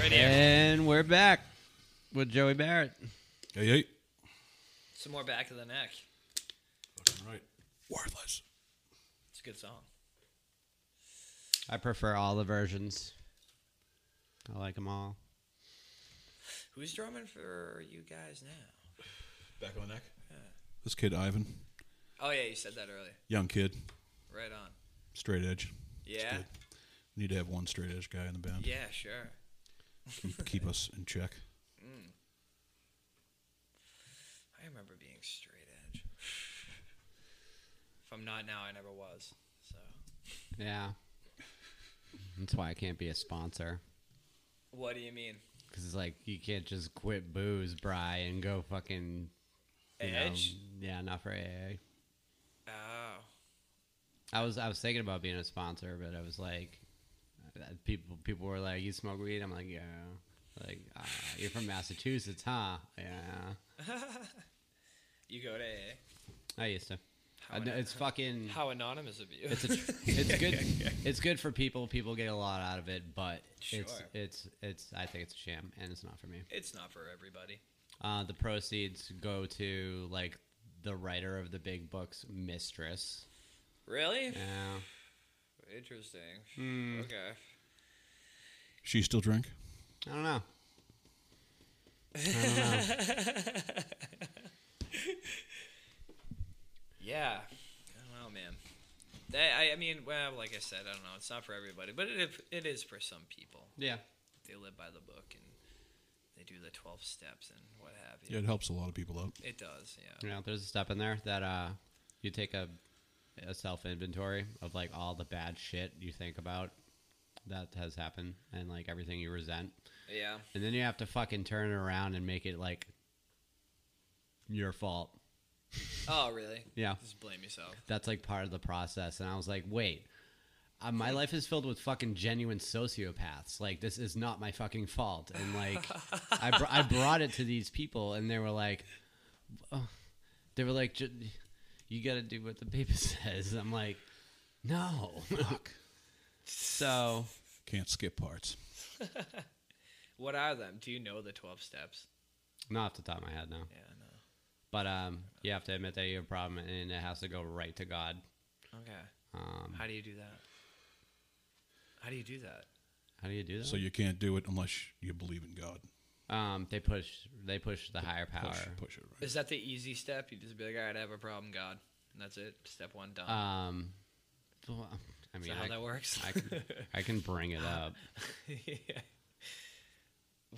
Radio. And we're back with Joey Barrett. Hey, hey. Some more back of the neck. Fucking right. Worthless. It's a good song. I prefer all the versions. I like them all. Who's drumming for you guys now? Back on the neck. This kid, Ivan, Oh yeah, you said that earlier. young kid, Right on. straight edge. Yeah. good. Need to have one straight edge guy in the band. Yeah, sure. Keep, keep us in check. I remember being straight edge. if I'm not now, I never was. So Yeah. That's why I can't be a sponsor. what do you mean? Because it's like, you can't just quit booze, Bry, and go fucking. you know, Edge? yeah, not for AA. Oh. I was I was thinking about being a sponsor, but I was like, uh, people people were like, "You smoke weed?" I'm like, "Yeah." Like, ah, you're from Massachusetts, huh? Yeah, You go to AA. I used to. I How know, an- it's fucking. How anonymous of you. It's a, tr- it's good. It's good for people. People get a lot out of it, but it's Sure. it's it's. I think it's a sham, and it's not for me. it's not for everybody. Uh, the proceeds go to like the writer of the big book's mistress. Really? Yeah. Mm. Interesting. Okay. She still drink? I don't know. Yeah. I don't know, man. That, I, I mean, well, like I said, I don't know. It's not for everybody, but it, it is for some people. Yeah. They live by the book and they do the 12 steps and what have you. Yeah, it helps a lot of people out. It does, yeah. You know, there's a step in there that uh, you take a, a self inventory of like all the bad shit you think about that has happened and like everything you resent. Yeah. And then you have to fucking turn it around and make it like your fault. Oh, really? Yeah. Just blame yourself. That's like part of the process. And I was like, wait. Uh, my life is filled with fucking genuine sociopaths. Like this is not my fucking fault, and like I, br- I brought it to these people, and they were like, oh, they were like, "Ju- you got to do what the paper says. I'm like, no. so Can't skip parts. What are them? Do you know the 12 steps? not off the top of my head now, Yeah, no. but um, you have to admit that you have a problem, and it has to go right to God. Okay. Um, How do you do that? How do you do that? how do you do that? So you can't do it unless you believe in God. um, they push, they push the higher power. Push, push it right. Is that the easy step? You just be like, all right, I have a problem, God. And that's it. Step one, done. Um, well, I Is mean, that how I, that works? I can, I can bring it up. Yeah.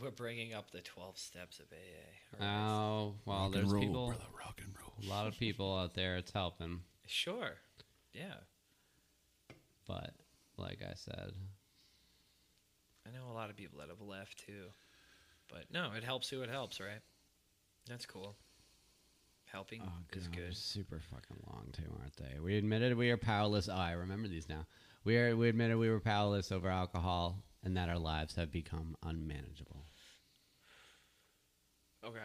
We're bringing up the 12 steps of AA. Alright. Oh well, rock and there's roll, people, brother, rock and roll. a lot of people out there. It's helping, sure. Yeah. but like I said, I know a lot of people that have left too. But no, it helps who it helps, right? That's cool. Helping oh is god, they're good. super fucking long too, aren't they? We admitted we are powerless. Oh, I remember these now. We are. We admitted we were powerless over alcohol, and that our lives have become unmanageable. Okay.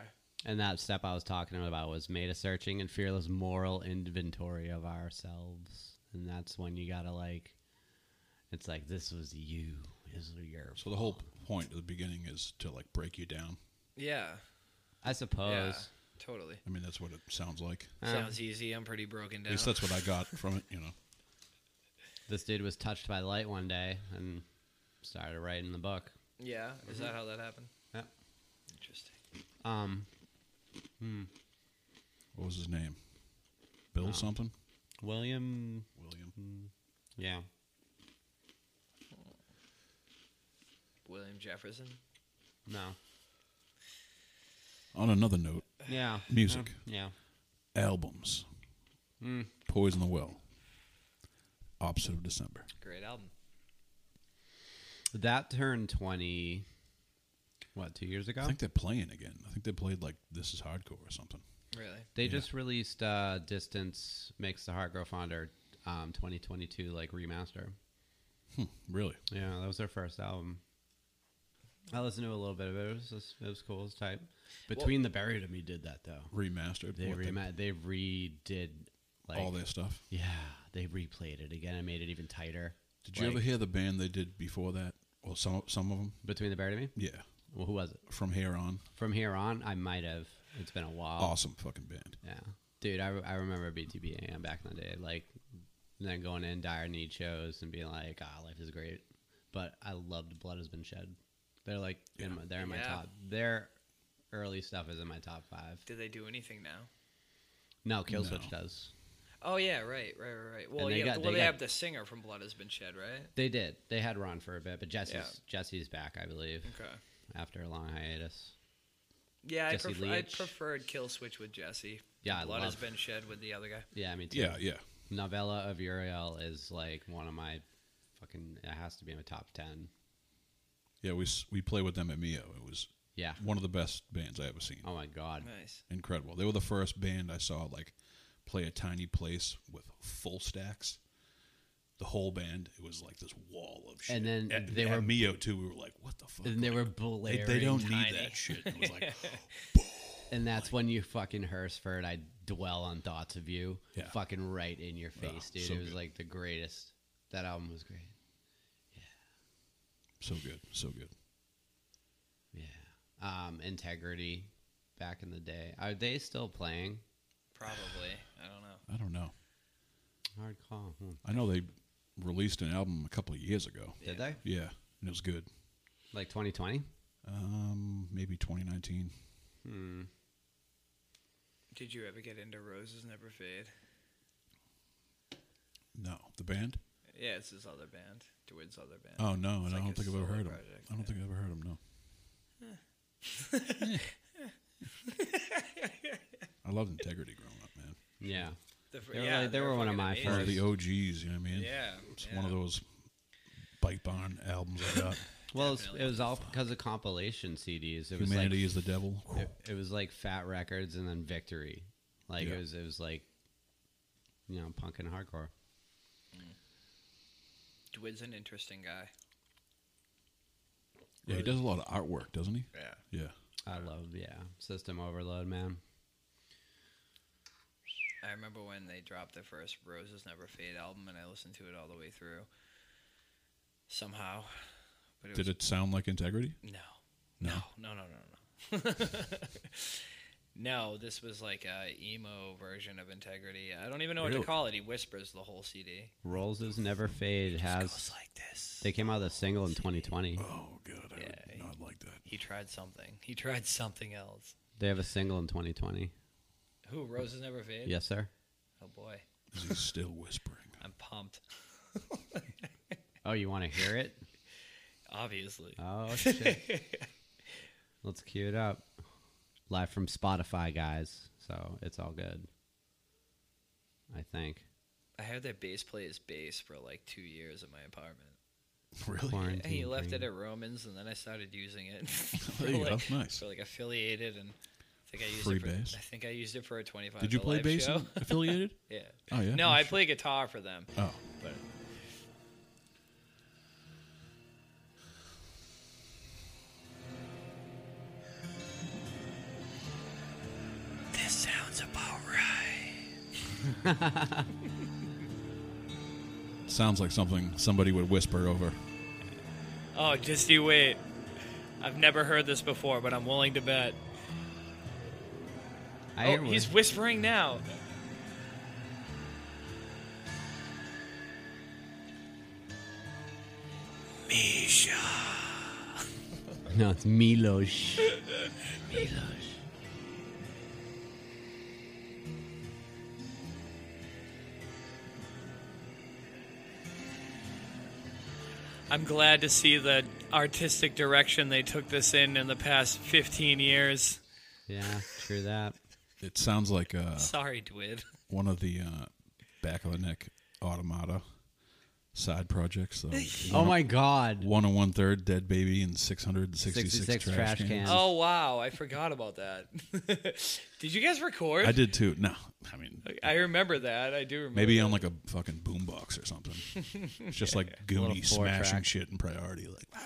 And that step I was talking about was made a searching and fearless moral inventory of ourselves. And that's when you gotta like, it's like this was you, this was your. So the whole point at the beginning is to like break you down. Yeah. I Yeah. suppose. Totally. I mean, that's what it sounds like. Um, Sounds easy. I'm pretty broken At down. least that's what I got from it. You know, This dude was touched by light one day and started writing the book. yeah. Is Mm-hmm. that how that happened? Yep. Interesting. Um. hmm, what was his name? Bill something. William. hmm, William. Yeah. William Jefferson. No. On another note, Yeah. Music. Yeah. albums. Hmm. Poison the Well. Opposite of December. Great album. That turned twenty. What? Two years ago. I think they're playing again. I think they played like This Is Hardcore or something. Really? They just released uh, "Distance Makes the Heart Grow Fonder" um, 2022 like remaster. Hmm. Really? Yeah, that was their first album. I listened to a little bit of it. It was just, it was cool. It was tight. Between the Buried and Me did that though. Remastered. They what they- rema- they redid like all their stuff. Yeah, they replayed it again and made it even tighter. Did you Like, ever hear the band they did before that? Or Oh, some some of them. Between the Bear and Me? Yeah. Well, who was it? From here on, From here on, I might have. It's been a while. awesome fucking band. Yeah, dude, I, I remember BTBAM back in the day, like then going in dire need shows and being like, ah, life is great, but I loved Blood Has Been Shed. They're like, in my, they're in my Yeah. top. Their early stuff is in my top five. Did they do anything now? No, Killswitch No. does. Oh yeah, right, right, right, right. Well, they yeah, got- well, they, they got- have the singer from Blood Has Been Shed, right? They did. They had Ron for a bit, but Jesse's Yeah. Jesse's back, I believe, Okay. after a long hiatus. Yeah, I, Jesse prefer, I Leach. preferred Kill Switch with Jesse. Yeah, I Blood Has love- Been Shed with the other guy. Yeah, me too. Yeah, yeah. Novella of Uriel is like one of my fucking. It has to be in my top ten. Yeah, we s- we play with them at Mio. It was Yeah. one of the best bands I ever seen. Oh my god. Nice. Incredible. They were the first band I saw like play a tiny place with full stacks. The whole band, it was like this wall of shit. And then At- they at were- Mio too. We were like, "What the fuck?" And they were Like, they, blaring. they don't tiny. need that shit. It was like, "Oh, And that's when you fucking Hursford, I dwell on thoughts of you, Yeah. Oh, fucking right in your face, dude. so it was good. like the greatest. That album was great. so good, so good. Yeah. Um, Integrity, back in the day. Are they still playing? Probably. I don't know. I don't know. Hard call. Hmm. I know they released an album a couple of years ago. Did they? Yeah, and it was good. Like 2020? Um, maybe 2019. Hmm. Did you ever get into Roses Never Fade? No, the band. Yeah, it's his other band, DeWitt's other band. Oh no, It's and I like don't a think I've ever solo heard them. project, I don't yeah. think I've ever heard them. No. I loved Integrity growing up, man. Yeah. The fr- They were like- they were one of fucking my amazing. One of Yes. the OGs, you know what I mean? Yeah, It's yeah. one of those bike barn albums I got. Well, it's, Definitely. it was all because of compilation CDs. It was Humanity like is the devil. it, it was like Fat Records and then Victory. Like Yeah. it was it was like you know, punk and hardcore. DeWitt's an interesting guy. Yeah, he does a lot of artwork, doesn't he? Yeah. Yeah. I love yeah. System overload, man. I remember when they dropped their first Roses Never Fade album, and I listened to it all the way through. Somehow, but it Did was it sound like Integrity? no, No. no, no, no, no, no. no, this was like a emo version of Integrity. I don't even know what Really? to call it. He whispers the whole CD. Roses Never Fade Goes has. like this. They came out with a single in 2020. Oh god, I Yeah. would not like that. he tried something. He tried something else. They have a single in 2020. Who? Roses Never Fade. Yes, sir. Oh boy, Is he still whispering? I'm pumped. Oh, you want to hear it? Obviously. Uh, Oh shit. Let's cue it up. Live from Spotify, guys. So it's all good. I think I had that bass play his bass for like two years in my apartment. Really? quarantine. And he left thing. it at Romans, and then I started using it. Oh, There for, you go. like, Nice. for like affiliated, and I think I used Free it for, bass? I think I used it for a twenty-five. Did you to play live bass show. in- affiliated? Yeah. Oh, yeah? No, Oh, I shit. play guitar for them. Oh. But this sounds about right. Sounds like something somebody would whisper over. Oh, just you wait. I've never heard this before, but I'm willing to bet. I Oh, hear he's what- whispering now. Misha. no, it's Milos. I'm glad to see the artistic direction they took this in in the past 15 years. Yeah, true that. It sounds like uh, Sorry, Dwid. one of the uh, back of the neck automata side projects. So Oh my God. one and one third dead baby and six hundred and sixty 66 six trash, trash cans. cans. Oh, wow. I forgot about that. did you guys record? I did too. No, I mean I remember that. I do remember. maybe that. on like a fucking boombox or something. It's just like Goonie four smashing track. shit in priority. Like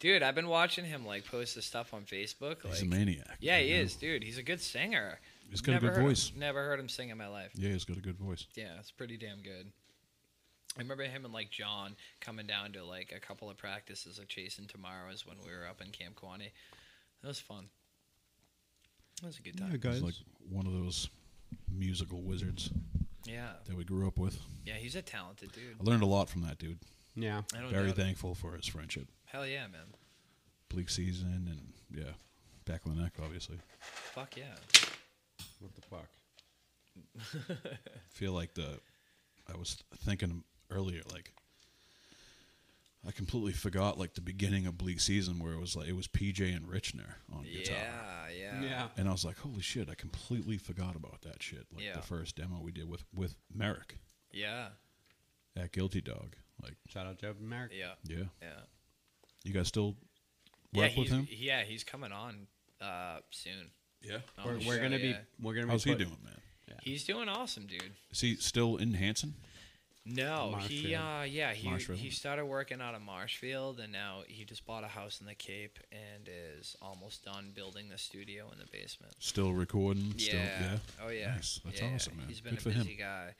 Dude, I've been watching him like post this stuff on Facebook. Like, he's a maniac. Yeah, he you know? is, dude. He's a good singer. He's got a Never good heard- voice. never heard him sing in my life. Yeah, he's got a good voice. Yeah, it's pretty damn good. I remember him and like John coming down to like a couple of practices of Chasing Tomorrows when we were up in Camp Quaney. That was fun. That was a good Yeah, time. guys. He's like one of those musical wizards Yeah, that we grew up with. yeah, he's a talented dude. I learned a lot from that dude. Yeah. I don't Very doubt it. thankful for his friendship. Hell yeah, man. Bleak season and yeah, back of the neck, obviously. Fuck yeah. What the fuck? feel like the I was thinking earlier, like I completely forgot like the beginning of Bleak Season where it was like it was PJ and Richner on guitar. Yeah, yeah, And I was like, holy shit, I completely forgot about that shit. Like Yeah. the first demo we did with with Merrick yeah, at Guilty Dog. Like, Shout out to Open America. yeah, yeah. yeah. You guys still yeah, work he's, with him? yeah, he's coming on uh, soon. Yeah. on We're, the we're show, gonna be yeah. we're gonna be How's he put- doing, man? He's doing awesome, dude. Is he still in Hanson? No, he Marshfield. uh yeah, he Marshfield. he started working out of Marshfield and now he just bought a house in the Cape and is almost done building the studio in the basement. Still recording? Still, yeah. yeah. Oh yeah. Nice. That's Yeah, awesome, man. He's been Good a for busy him. guy.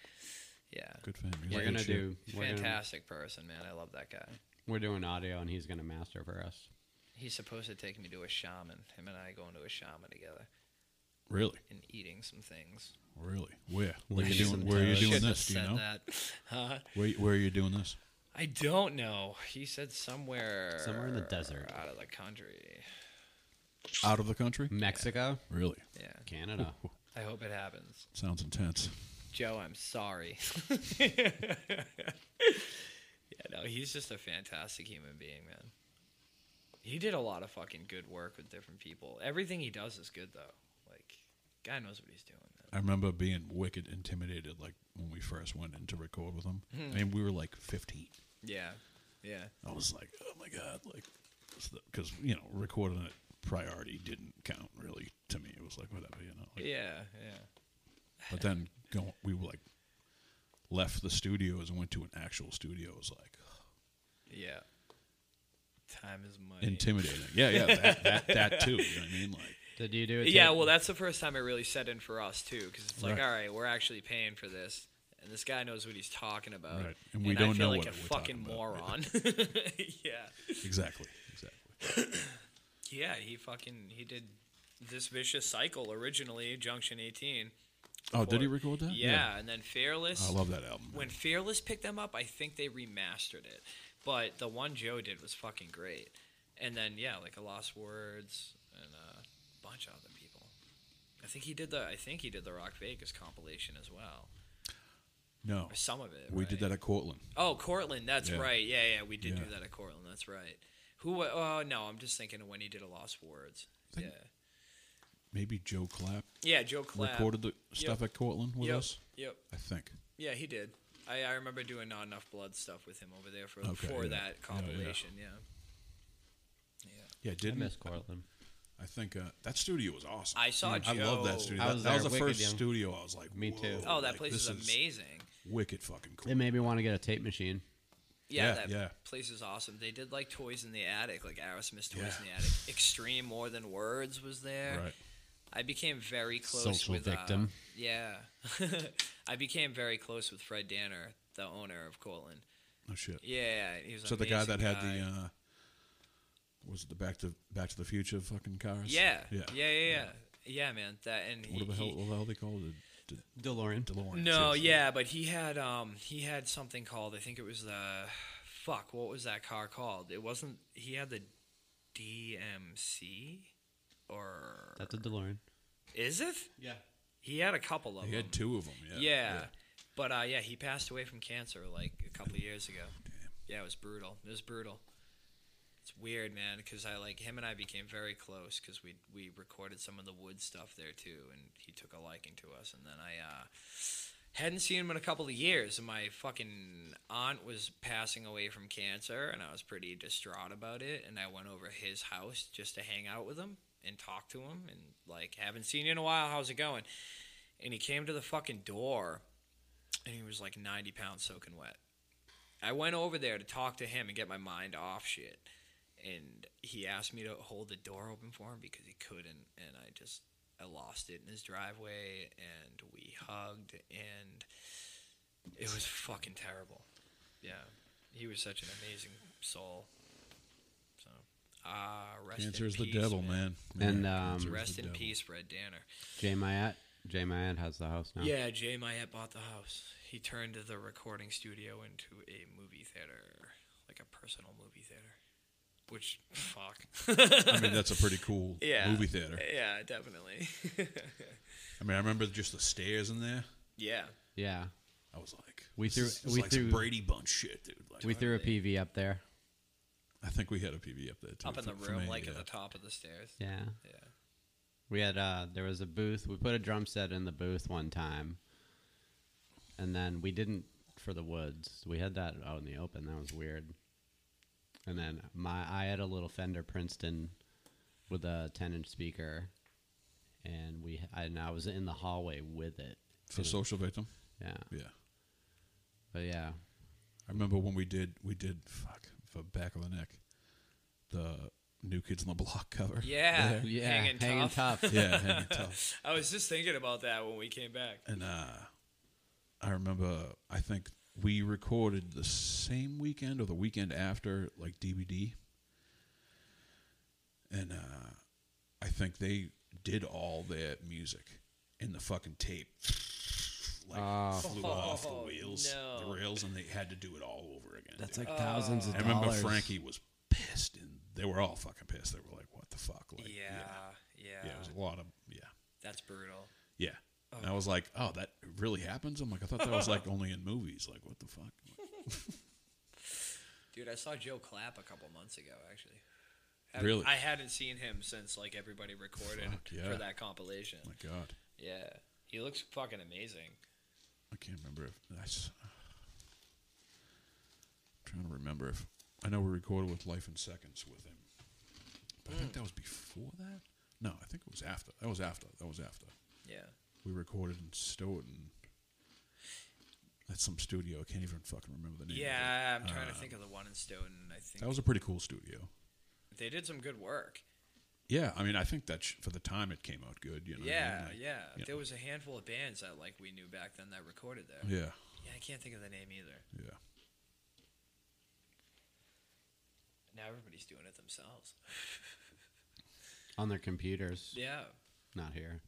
Yeah. Good for him. He's We're good gonna shit. do He's a we're gonna, fantastic person, man. I love that guy. we're doing audio and he's gonna master for us. He's supposed to take me to a shaman. Him and I going to a shaman together Really? and eating some things. Really? Where? Where are you Nice. doing? Where are you Shouldn't Shouldn't doing have this? Do you said know? that. Huh? Where, where are you doing this? I don't know. He said somewhere Somewhere in the desert. out of the country. Out of the country? Mexico, Really? Yeah. Canada. I hope it happens. Sounds intense. Joe, I'm sorry. yeah, no, he's just a fantastic human being, man. He did a lot of fucking good work with different people. Everything he does is good, though. Like, God knows what he's doing, man. I remember being wicked intimidated, like when we first went in to record with him. Hmm. I mean, we were like 15. Yeah, yeah, I was like, oh my god, like, because you know, recording it priority didn't count really to me. It was like whatever, you know. like- yeah, yeah. But then go, we were like left the studios and went to an actual studio. It was like Yeah. Time is money. intimidating. Yeah, yeah, that, that, that too. You know what I mean? Like, Did you do it? yeah, too? well, that's the first time it really set in for us too, because it's like, Right. all right, we're actually paying for this, and this guy knows what he's talking about, Right, and we I don't feel know like what a we're fucking talking about. moron. yeah. exactly, exactly. Yeah, he fucking he did this vicious cycle originally, Junction 18. Oh, did he Or- record that? Yeah, and then Fearless. I love that album. When Fearless picked them up, I think they remastered it, but the one Joe did was fucking great. And then yeah, like a Lost Words and a bunch of other people. I think he did the I think he did the Rock Vegas compilation as well, no, or some of it. we did right? that at Cortland. Oh, Cortland, that's Yeah. right. Yeah, yeah, we did do Yeah. that at Cortland. That's right. Who? wa- Oh no, I'm just thinking of when he did a Lost Words. Yeah, Think- Maybe Joe Clapp yeah, Joe Clapp. recorded the stuff at Cortland with yep, us. Yep. I think. Yeah, he did. I, I remember doing not enough blood stuff with him over there for Okay, for yeah. that compilation. Yeah. yeah. Yeah, I didn't miss Cortland. I think uh, that studio was awesome. I saw I Joe. love that studio. I That- was that was there, the wicked first young. studio I was like, Me too. whoa, Oh, that like, place this is amazing. Wicked fucking cool. It made me want to get a tape machine. Yeah, yeah, that yeah. place is awesome. They did like toys in the attic, like Aerosmith's toys Yeah. in the attic. Extreme more than words was there. Right. I became very close Social with uh, victim. yeah, I became very close with Fred Danner, the owner of Cortland. Oh shit. Yeah, he was an So the guy amazing that had guy. the uh, was it the Back to Back to the Future fucking cars? yeah, yeah, yeah. yeah, yeah, yeah, man. That and he, What the hell? he- What the hell they called it? The DeLorean. DeLorean. No, yes. yeah, but he had um he had something called I think it was the fuck what was that car called? It wasn't he had the DMC or That's a DeLorean. is it? Yeah. He had a couple of He them. had two of them. Yeah. yeah. but uh, yeah, he passed away from cancer like a couple of years ago. Yeah, it was brutal. It was brutal. It's weird, man, because I like him and I became very close because we we recorded some of the wood stuff there too, and he took a liking to us. And then I uh, hadn't seen him in a couple of years, and my fucking aunt was passing away from cancer, and I was pretty distraught about it. And I went over his house just to hang out with him and talk to him, and like haven't seen you in a while. How's it going? And he came to the fucking door, and he was like ninety pounds soaking wet. I went over there to talk to him and get my mind off shit. And he asked me to hold the door open for him because he couldn't. And I just, I lost it in his driveway. And we hugged. And it was fucking terrible. yeah, he was such an amazing soul. So, ah, rest Cancer in is the peace, devil, man. And, Yeah, um, cancer is Rest the in devil. peace, Red Danner. Jay Myatt. Jay Myatt has the house now. Yeah, Jay Myatt bought the house. He turned the recording studio into a movie theater, like a personal movie theater. Which fuck. I mean, that's a pretty cool yeah. movie theater. Yeah, definitely. I mean, I remember just the stairs in there. yeah. Yeah. I was like, We this threw- is- it's we like some threw- Brady Bunch shit, dude. Like, We threw a PV up there. I think we had a PV up there too. Up in the for- for room, me, like at yeah. the top of the stairs. Yeah. Yeah. We had uh there was a booth. We put a drum set in the booth one time. And then we didn't for the woods. We had that out in the open. That was weird. And then my I had a little Fender Princeton with a 10-inch speaker and we I, and I was in the hallway with it. hmm. for social victim. Yeah. Yeah, But yeah. I remember when we did we did fuck for back of the neck, the New Kids on the Block cover. Yeah. there. Yeah, Hanging tough. yeah, hanging tough. I was just thinking about that when we came back. And uh, I remember I think we recorded the same weekend or the weekend after, like DVD. And uh, I think they did all their music in the fucking tape. Like Oh. flew off the wheels, no. the rails, and they had to do it all over again. dude. That's like thousands of I remember dollars. Frankie was pissed, and they were all fucking pissed. They were like, "What the fuck?" Like, Oh, yeah, yeah. yeah, it was a lot of yeah, That's brutal. yeah. And I was like, "Oh, that really happens." I'm like, "I thought that was like only in movies." Like, what the fuck? Like, Dude, I saw Joe Clapp a couple months ago, actually. Really? I hadn't seen him since like everybody recorded Fuck, yeah. for that compilation. "Oh my God, Yeah, he looks fucking amazing. I can't remember if I. s- I'm trying to remember if I know we recorded with Life in Seconds with him, but I think that was before that. No, I think it was after. That was after. That was after. Yeah. We recorded in Stoughton. At some studio, I can't even fucking remember the name. of it. Yeah, I'm trying to think of the one in Stoughton. I think Uh, That was a pretty cool studio. they did some good work. Yeah, I mean, I think that sh- for the time it came out good. You know, what I yeah, mean? Like, yeah. you There know. was a handful of bands that like we knew back then that recorded there. yeah, Yeah, I can't think of the name either. yeah. Now everybody's doing it themselves. on their computers. Yeah. Not here.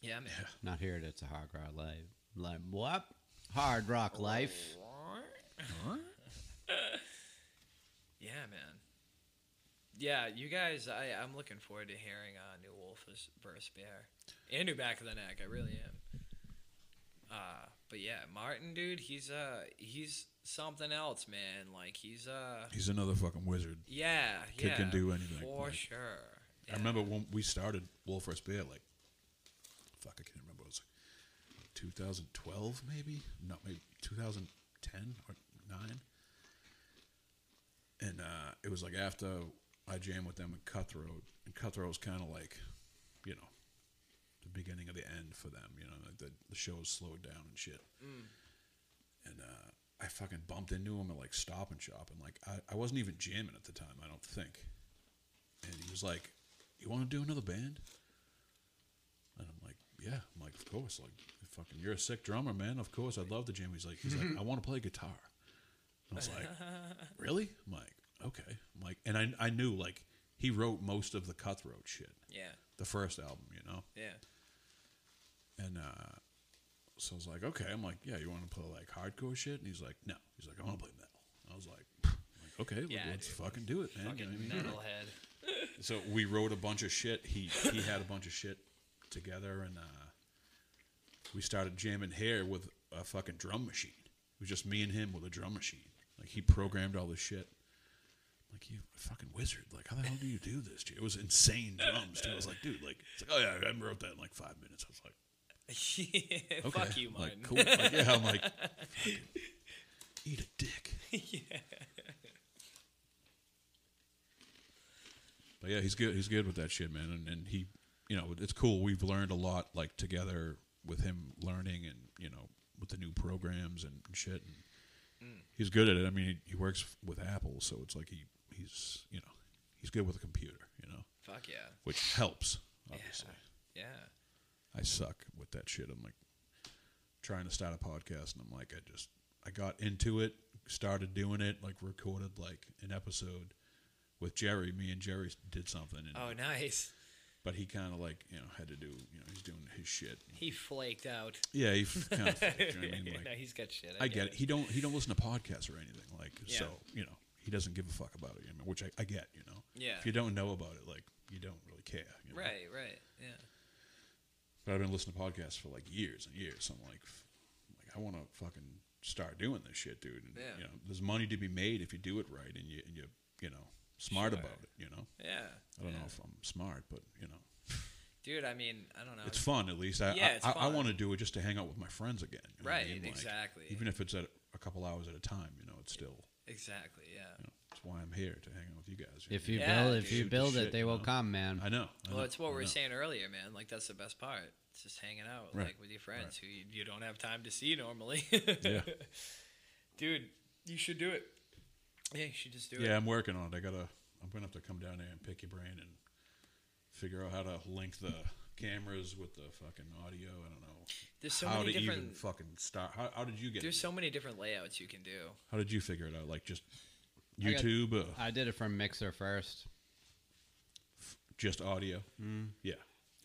Yeah, man. Not here. It's a hard rock life. Like what? Hard rock life. Yeah, man. Yeah, you guys, I, I'm looking forward to hearing uh, New Wolf is- versus Bear. And New Back of the Neck, I really am. Uh, but yeah, Martin, dude, he's uh he's something else, man. Like he's uh He's another fucking wizard. yeah, Kid yeah, can do anything, for like- sure. Yeah. I remember when we started Wolf vs. Bear, like, fuck, I can't remember. It was like 2012, maybe? No, maybe 2010 or 9. And uh, it was like after I jammed with them in Cutthroat, and Cutthroat was kind of like, you know, the beginning of the end for them, you know, like the, the show's slowed down and shit. And uh, I fucking bumped into him at like Stop and Shop, and like, I, I wasn't even jamming at the time, I don't think and he was like, "You want to do another band?" And I'm like, "Yeah." I'm like, "Of course." Like, fucking, you're a sick drummer, man. Of course, I'd love to jam. He's like, "He's Mm-hmm. like, I want to play guitar." And I was like, "Really?" I'm like, "Okay." I'm like, and I I knew like he wrote most of the Cutthroat shit, Yeah, the first album, you know. yeah. And uh, so I was like, "Okay." I'm like, "Yeah, you want to play like hardcore shit?" And he's like, "No." He's like, "I want to play metal." I was like, I'm like "Okay, Yeah, let's dude. fucking do it, man." Fucking You know what I mean? metalhead. so we wrote a bunch of shit. He he had a bunch of shit together, and uh, we started jamming hair with a fucking drum machine. It was just me and him with a drum machine. Like he programmed all this shit. Like you fucking wizard. Like how the hell do you do this? Dude? It was insane drums too. I was like, dude, like it's like oh yeah, I wrote that in like five minutes. I was like, Yeah, okay, Fuck you, Martin. like cool. Like, yeah, I'm like, fucking eat a dick. yeah. But yeah, he's good. He's good with that shit, man. And, and he, you know, it's cool. We've learned a lot, like together with him learning, and you know, with the new programs and shit. And Mm. He's good at it. I mean, he, he works with Apple, so it's like he he's you know he's good with a computer, you know, Fuck yeah. which helps. Obviously, Yeah. I suck with that shit. I'm like trying to start a podcast, and I'm like, I just I got into it, started doing it, like recorded like an episode with Jerry. Me and Jerry did something, and, Oh, nice. but he kind of like you know had to do you know he's doing his shit. He flaked out. Yeah, he kind of. you know what I mean? Like, no, he's got shit. I get it. He don't he don't listen to podcasts or anything like Yeah. so you know he doesn't give a fuck about it. You know, which I, I get. You know, Yeah. If you don't know about it, like you don't really care. You know? Right, right. Yeah. But I've been listening to podcasts for like years and years. So I'm like, f- like I want to fucking start doing this shit, dude. And, Yeah. You know, there's money to be made if you do it right and you and you you know smart Sure. about it. You know, Yeah. I don't yeah. know if I'm smart, but you know, Dude, I mean, I don't know. it's fun at least. I Yeah, I- it's I, I fun. want to do it just to hang out with my friends again. you know what I Right, mean? Like, exactly. Even if it's at a couple hours at a time, you know, it's still. exactly, yeah. You know, it's why I'm here to hang out with you guys. you If know? you Yeah, build, if dude. you Shoot the build shit, it, they you will know? come, man. I know. I Well, know, it's what I we were know. saying earlier, man. Like that's the best part. It's just hanging out, Right. like with your friends who you, you don't have time to see normally. Yeah. Dude, you should do it. Yeah, you should just do Yeah, it. I'm working on it. I gotta. I'm gonna have to come down there and pick your brain and figure out how to link the cameras with the fucking audio. I don't know There's so how many to even different. fucking start. How, how did you get? There's so many different layouts you can do. how did you figure it out? Like just I got- YouTube, uh, I did it from Mixer first. just audio. Mm. Yeah,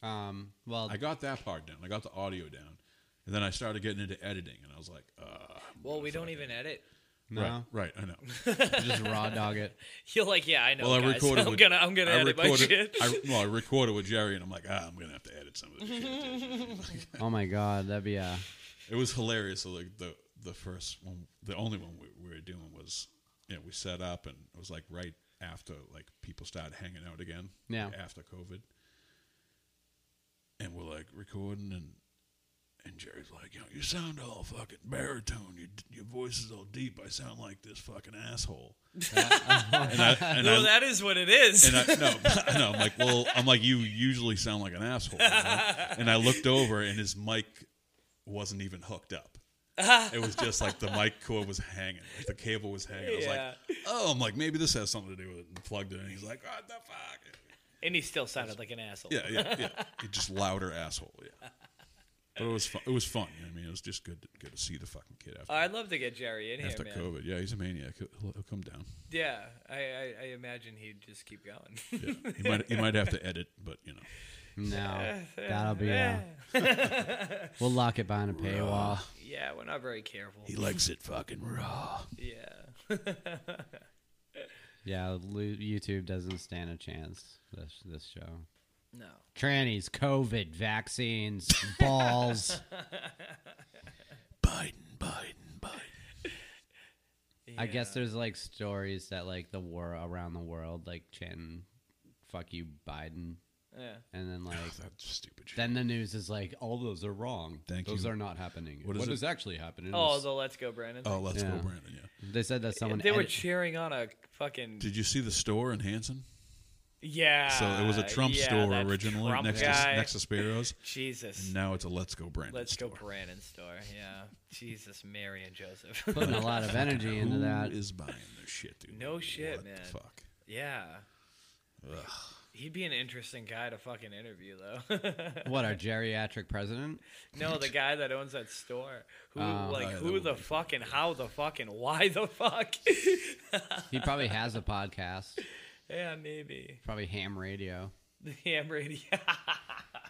Um, well, I got that part down. I got the audio down, and then I started getting into editing, and I was like, uh, I'm Well, gonna we don't fucking- even edit. no, Right, right. I know. you just raw dog it. You're like, yeah, I know. Well, I guys. recorded. I'm with, gonna, I'm gonna I edit my recorded, shit. I, well, I recorded with Jerry, and I'm like, ah, I'm gonna have to edit some of this shit. dude." Oh my god, that'd be a. it was hilarious. So like the the first one, the only one we, we were doing was, you know, we set up, and it was like right after like people started hanging out again. Yeah. After COVID, and we're like recording and. And Jerry's like, you know, you sound all fucking baritone. Your, your voice is all deep. I sound like this fucking asshole. and I, and no, I, that is what it is. and I no, I know. I'm like, well, I'm like, you usually sound like an asshole. you know? And I looked over, and his mic wasn't even hooked up. It was just like the mic cord was hanging, like the cable was hanging. I was Yeah. like, oh, I'm like, maybe this has something to do with it. And plugged it in. He's like, what the fuck? and he still sounded like an asshole. Yeah, yeah, yeah. It just louder asshole. Yeah. But it was fun. It was fun. you know what I mean, it was just good to, good to see the fucking kid after Oh, I'd love to get Jerry in after here, man. COVID. Yeah, he's a maniac. He'll, he'll- he'll come down. Yeah, I, I, I imagine he'd just keep going. Yeah. He might he might have to edit, but you know. No, that'll be a. We'll lock it behind a paywall. yeah, we're not very careful. He likes it fucking raw. Yeah. Yeah, Lu- YouTube doesn't stand a chance. This this show. No. Trannies, COVID, vaccines, balls. Biden, Biden, Biden. I guess Yeah. there's like stories that like the war around the world, like chanting "fuck you, Biden," Yeah. and then like That's stupid shit. then the news is like all those are wrong. Thank those you. are not happening. What What is is, it? actually happening? Oh, is- the Let's Go Brandon. oh, let's go, Yeah. Brandon. Yeah. they said that someone they were edit- cheering on a fucking Did you see the store in Hanson? yeah. So it was a Trump Uh, yeah, store that originally, Trump next guy. to next to Spiro's, Jesus. and now it's a Let's Go Brandon. Let's store. Go Brandon store. Yeah. Jesus, Mary and Joseph. putting a lot of energy into Who that. is buying this shit, dude? No shit, what man. The fuck. yeah. Ugh. He'd be an interesting guy to fucking interview, though. What our geriatric president? no, the guy that owns that store. Who, Oh. like, Oh, yeah, that who would the be fuck and how the fuck and why the fuck? He probably has a podcast. yeah, maybe. Probably ham radio. The ham radio.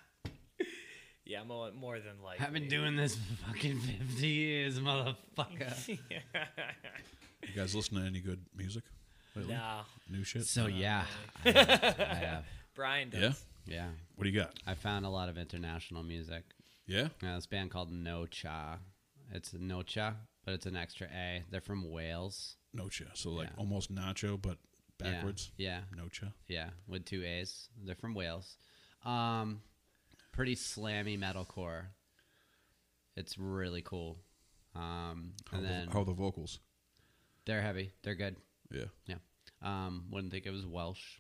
yeah, more, more than like. I've been doing this for fucking fifty years, motherfucker. You guys listen to any good music lately? nah, New shit. So yeah, I have, I have. Brian does. Yeah. Yeah, What do you got? I found a lot of international music. Yeah. Uh, this band called No Cha. It's No Cha, but it's an extra A. They're from Wales. Nocha. So like Yeah. almost nacho, but Yeah, backwards. Yeah, Nocha. yeah, with two A's. They're from Wales. Um, pretty slammy metalcore. It's really cool. Um, How, and the, then how are the vocals? they're heavy. They're good. Yeah. Yeah. Um, wouldn't think it was Welsh,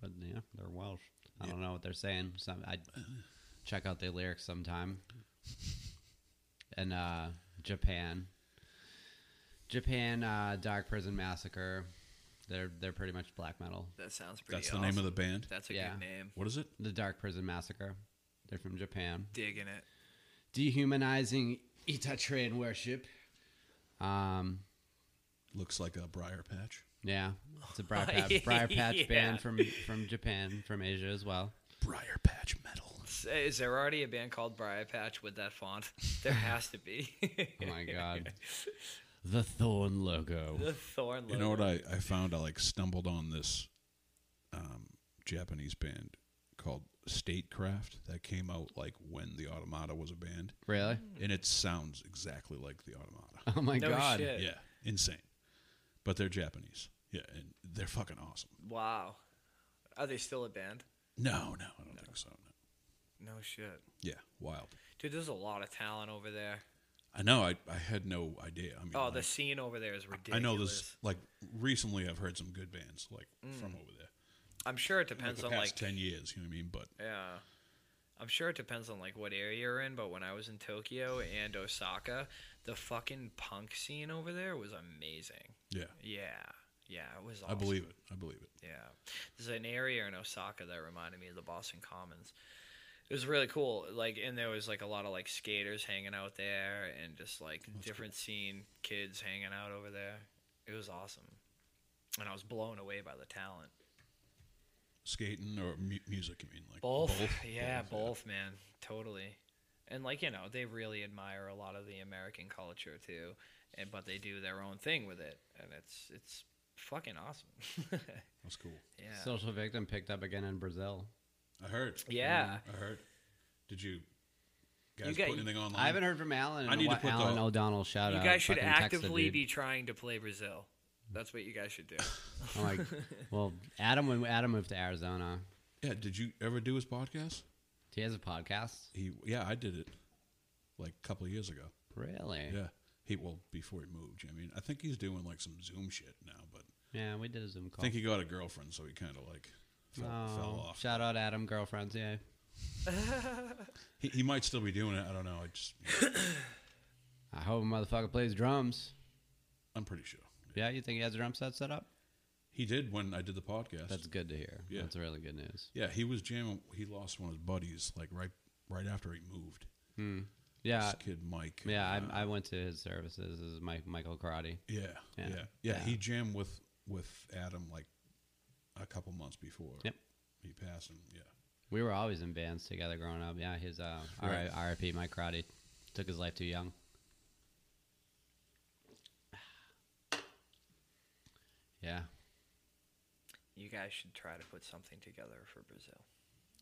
but yeah, they're Welsh. I don't know what they're saying. Some I check out their lyrics sometime. And uh, Japan, Japan, uh, Dark Prison Massacre. They're they're pretty much black metal. That sounds pretty. That's the name of the band. That's a Yeah. good name. What is it? The Dark Prison Massacre. They're from Japan. Digging it. Dehumanizing Itatrain worship. Um, Looks like a briar patch. Yeah, it's a Briar Patch, Briar Patch band from from Japan, from Asia as well. Briar patch metal. S- Is there already a band called Briar Patch with that font? There has to be. Oh my god, the Thorn logo. the Thorn. You know what logo. I, I found? I like stumbled on this um, Japanese band called Statecraft that came out like when the Automata was a band, Really? and it sounds exactly like the Automata. Oh my No god. shit. yeah, insane. But they're Japanese. Yeah, and they're fucking awesome. Wow. Are they still a band? No, no, I don't think so. No. No shit. Yeah, wild. Dude, there's a lot of talent over there. I know. I, I had no idea. I mean, Oh, like, the scene over there is ridiculous. I know this. Like recently, I've heard some good bands like from over there. I'm sure it Like depends the on past like ten years, you know what I mean? But Yeah. I'm sure it depends on like what area you're in, but when I was in Tokyo and Osaka, the fucking punk scene over there was amazing. yeah, Yeah. Yeah, it was I awesome. believe it. I believe it. Yeah. There's an area in Osaka that reminded me of the Boston Commons. It was really cool. Like and there was like a lot of like skaters hanging out there and just like different scene kids hanging out over there. It was awesome. And I was blown away by the talent. skating or mu- music you mean like Both. Yeah, both, man. Totally. And like, you know, they really admire a lot of the American culture too. And but they do their own thing with it. And it's it's fucking awesome. that's cool yeah. Social Victim picked up again in Brazil. i heard yeah. i heard did you guys got- put anything online I haven't heard from Alan. In Mm. I need a to while. put the- Alan O'Donnell shout You out. guys should uh, Fucking texted, actively dude. be trying to play Brazil. That's what you guys should do. I'm like, Oh well, Adam when Adam moved to Arizona, yeah did you ever do his podcast he has a podcast. he yeah i did it like a couple of years ago Really? yeah he well before he moved you know what i mean i think he's doing like some zoom shit now but Yeah, we did a Zoom i call. think he got a girlfriend so he kind of like fell, fell Oh, off Shout out Adam, girlfriends. Yeah. he, he might still be doing it i don't know i just I hope a motherfucker plays drums. i'm pretty sure Yeah, you think he has a drum set set up? he did when i did the podcast That's good to hear. Yeah. That's really good news. yeah he was jamming he lost one of his buddies like right right after he moved Hmm. Yeah. this kid Mike. Uh, Yeah, uh, I, I went to his services. This is Mike Michael Karate. yeah, yeah, Yeah. yeah, He jammed with with Adam like a couple months before. Yep. he passed him. Yeah, We were always in bands together growing up. Yeah, his uh, Right. RI RIP Mike Karate took his life too young. Yeah, you guys should try to put something together for Brazil.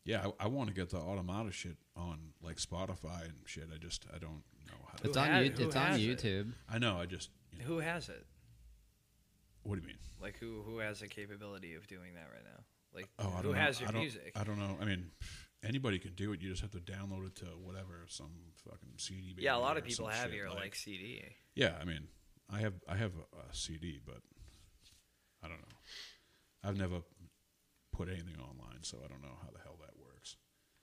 yeah. I, I want to get the Automata shit on like Spotify and shit. I just I don't know how. to it's Who on has- YouTube. who It's on has it? YouTube. I know. I just. You know, Who has it? what do you mean? Like who who has the capability of doing that right now? Like Oh, I don't who know. has your I don't, music? I don't know. I mean, anybody can do it. You just have to download it to whatever some fucking CD. yeah, a lot of baby or some people have shit, your like CD. Yeah, I mean, I have I have a, a CD, but I don't know. I've never put anything online, so I don't know how the hell that works.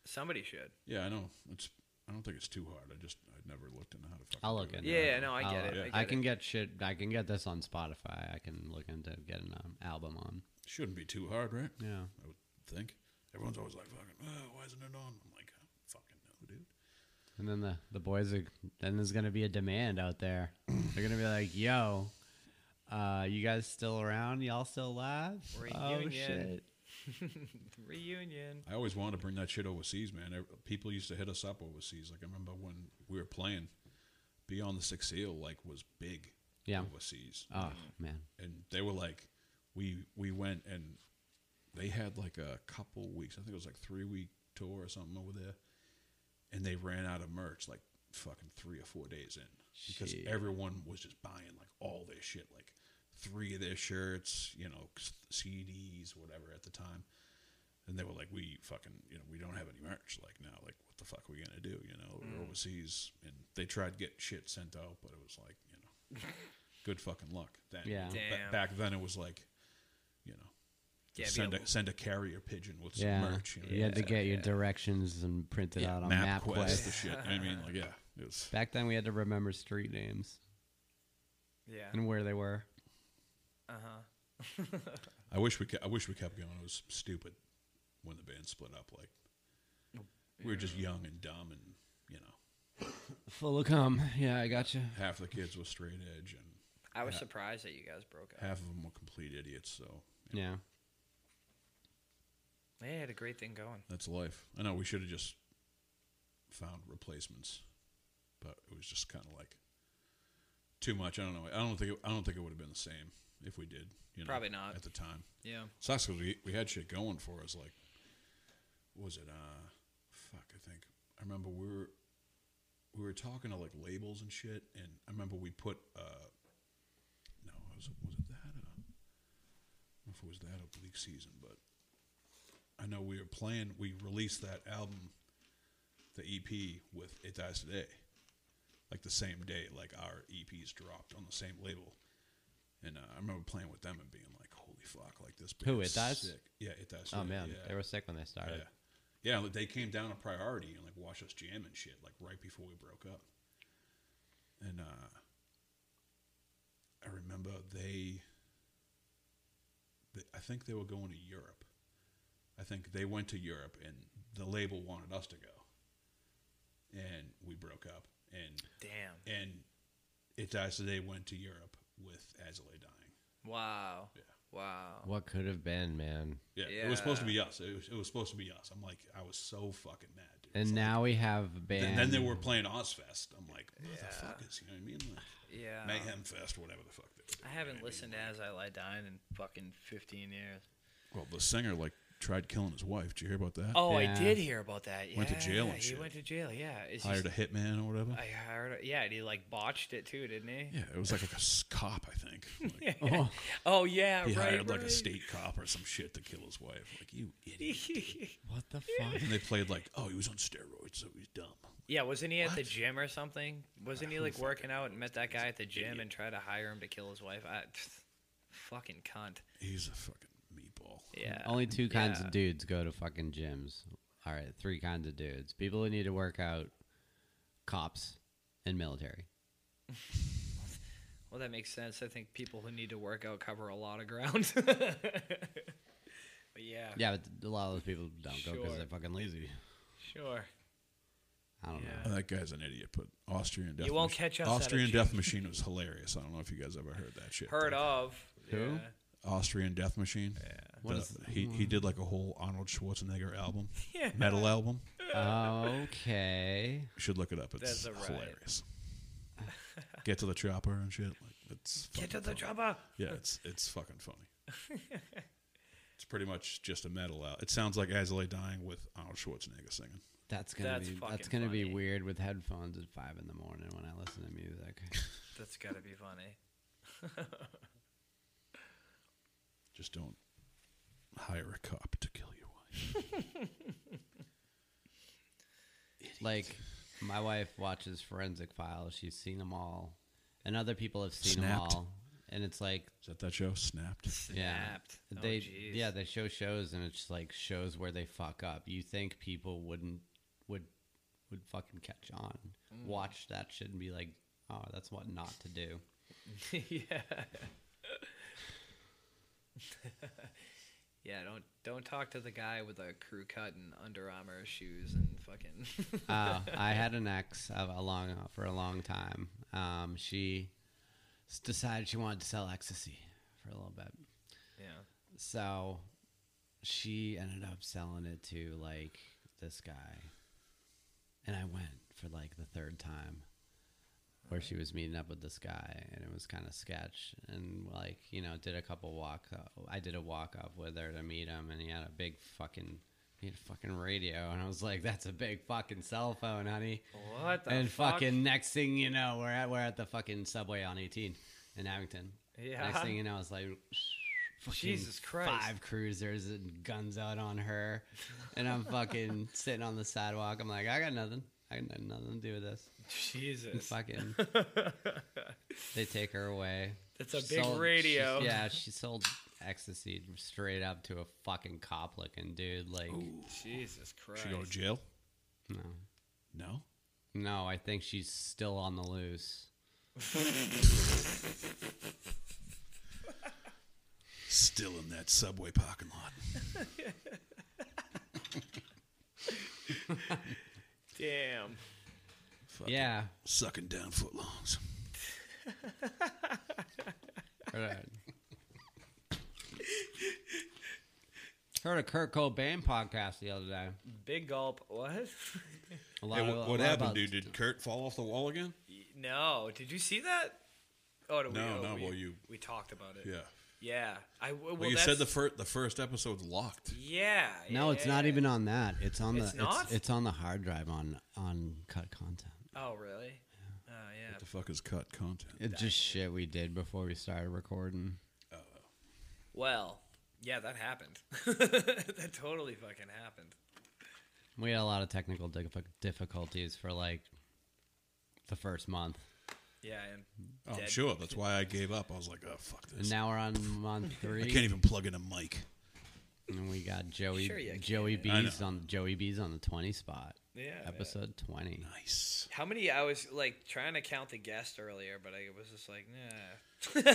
Somebody should. Yeah, I know. It's I don't think it's too hard. I just I've never looked into how to. Fucking I'll look do into it. Yeah, it. yeah, no, I get I'll- it. I, I, get can it. get shit. I can get this on Spotify. I can look into getting an album on. Shouldn't be too hard, right? Yeah. I would think. Everyone's always like, "Fucking, oh, why isn't it on?" I'm like, "I don't fucking know, dude." And then the, the boys are then there's gonna be a demand out there. They're gonna be like, yo, uh, you guys still around? Y'all still live? Oh Reunion. shit. Reunion. I always wanted to bring that shit overseas, man. Ev- People used to hit us up overseas. Like I remember when we were playing, Beyond the Six Seal like was big Yeah. overseas. Oh man. and they were like, we we went and they had like a couple weeks. I think it was like three week tour or something over there, and they ran out of merch like fucking three or four days in because Shit. everyone was just buying like all their shit, like three of their shirts, you know, c- CDs, whatever at the time. And they were like, we fucking, you know, we don't have any merch like now. Like, what the fuck are we gonna do? You know, we're overseas, and they tried to get shit sent out, but it was like, you know good fucking luck. Then, Yeah. Ba- Damn. back then it was like, you know, Yeah, be send a- a, send a carrier pigeon with some Yeah. merch. You know, You had to get your directions and print it out on MapQuest. quest the shit. I mean, like, yeah, it was. Back then we had to remember street names Yeah. and where they were. Uh huh. I wish we kept, I wish we kept going. It was stupid when the band split up. Like, we were just young and dumb, and you know, Full of cum. Yeah, I got you. half the kids were straight edge, and I was Yeah. surprised that you guys broke up. Half of them were complete idiots, so Yeah. They had a great thing going. that's life. I know we should have just found replacements, but it was just kind of like too much. I don't know. I don't think. It, I don't think it would have been the same if we did. You know, Probably not. at the time. Yeah. Sucks 'cause we we had shit going for us. Like, what was it? Uh, fuck, I think I remember we were we were talking to like labels and shit, and I remember we put uh, no, it was was it that? Or, I don't know if it was that oblique season, but I know we were playing. We released that album, the EP with It Dies Today, like the same day. Like our EPs dropped on the same label. And uh, I remember playing with them and being like, "Holy fuck!" Like this. Who, band's It Dies? Sick. Yeah, it dies. Oh Today, man, yeah. they were sick when they started. Yeah. Yeah, like, they came down a priority and like watched us jam and shit, like right before we broke up. And uh I remember they, they I think they were going to Europe. I think they went to Europe and the label wanted us to go. And we broke up and Damn. and it dies today went to Europe with Azalea dying. Wow. Yeah. Wow. What could have been, man? Yeah, it was supposed to Yeah. be us. It was, it was supposed to be us. I'm like, I was so fucking mad, dude. And It's like- now we have a band. And then they were playing Ozfest. I'm like, Yeah. motherfuckers, you know what I mean? Like, Yeah. Mayhem Fest, whatever the fuck. They were I doing, you haven't know what listened I to As I Lie Dying in fucking 15 years. mean? Well, the singer like tried killing his wife. Did you hear about that? Oh, I Yeah. did hear about that. Yeah, Went to jail and he shit. went to jail. Yeah, it's Hired just, a hitman or whatever. I heard. Yeah, and he like botched it too, didn't he? yeah, it was like a s- cop, I think. Like, Oh, Oh yeah, He right. hired like a right. state cop or some shit to kill his wife. Like you idiot. what the fuck? And they played like, oh, he was on steroids, so he's dumb. yeah, wasn't he at the What? gym or something? Wasn't he Who like fucking working out and met that guy at the gym idiot. and tried to hire him to kill his wife? I, fucking cunt. He's a fucking meatball. Yeah. Only two kinds yeah. of dudes go to fucking gyms. All right, three kinds of dudes: people who need to work out, cops, and military. Well, that makes sense. I think people who need to work out cover a lot of ground. but yeah, Yeah, but a lot of those people don't go go because Sure. they're fucking lazy. sure. I don't Yeah. know. Oh, that guy's an idiot, but Austrian Death You won't Mach- catch us at a Austrian gym. Death Machine was hilarious. I don't know if you guys ever heard that shit. Heard but- of. Who? Austrian Death Machine. Yeah. What is- he he did like a whole Arnold Schwarzenegger album, Yeah. metal album. Okay. You should look it up. It's That's a riot. hilarious. Get to the chopper and shit. Like it's Get fucking to the funny. chopper. Yeah, it's it's fucking funny. it's pretty much just a metal album. It sounds like Azalea dying with Arnold Schwarzenegger singing. That's gonna That's be that's fucking gonna be funny. weird with headphones at five in the morning when I listen to music. That's gotta be funny. Just don't hire a cop to kill your wife. like my wife watches Forensic Files; she's seen them all, and other people have seen Snapped. them all. And it's like, Is that that show? Snapped. yeah, Snapped. Oh, they jeez. yeah they show shows, and it's like shows where they fuck up. You think people wouldn't would would fucking catch on, Mm. watch that shit, and be like, oh, that's what not to do. yeah. yeah, don't don't talk to the guy with a crew cut and Under Armour shoes and fucking uh, I had an ex of a long uh, for a long time. Um, she s- decided she wanted to sell ecstasy for a little bit, yeah. so she ended up selling it to like this guy, and I went for like the third time. Where she was meeting up with this guy, and it was kind of sketch, and like you know, did a couple walk. I did a walk up with her to meet him, and he had a big fucking, he had a fucking radio, and I was like, "That's a big fucking cell phone, honey." What the and fuck? fucking next thing you know, we're at we're at the fucking subway on 18 in Abington. Yeah. Next thing you know, it's like fucking Jesus Christ. five cruisers and guns out on her, and I'm fucking sitting on the sidewalk. I'm like, I got nothing. I got nothing to do with this. And Jesus. fucking, they take her away. That's a She big sold- radio. she- yeah, she sold ecstasy straight up to a fucking cop looking dude. Like, Jesus Christ. Should go to jail. no, No. no, I think she's still on the loose. Still in that subway parking lot. Damn. Fucking Yeah, Sucking down footlongs. Right. Heard a Kurt Cobain podcast the other day. Big gulp. What? A lot of, Hey, what, a what lot happened, about- dude? Did Kurt fall off the wall again? no. Did you see that? Oh, did we, No, oh, no, We, well, you- We talked about it. Yeah. Yeah. I. Well, Well, you said the that's- first the first episode's locked. Yeah. No, it's not yeah. even on that. It's on the It's it's, not? it's, on the hard drive on on cut content. Oh, really? Oh, yeah. What the fuck is cut content? It's just shit we did before we started recording. Well, yeah, that happened. that totally fucking happened. We had a lot of technical dif- difficulties for like the first month, Yeah, and Oh, I'm Dead. sure. That's why I gave up. I was like, oh fuck and this. now we're on month I can't three, even plug in a mic. and we got Joey Sure you Joey I B's know. on Joey B's on the twenty spot yeah. episode twenty. Nice. How many? I was like trying to count the guests earlier, but I was just like, nah.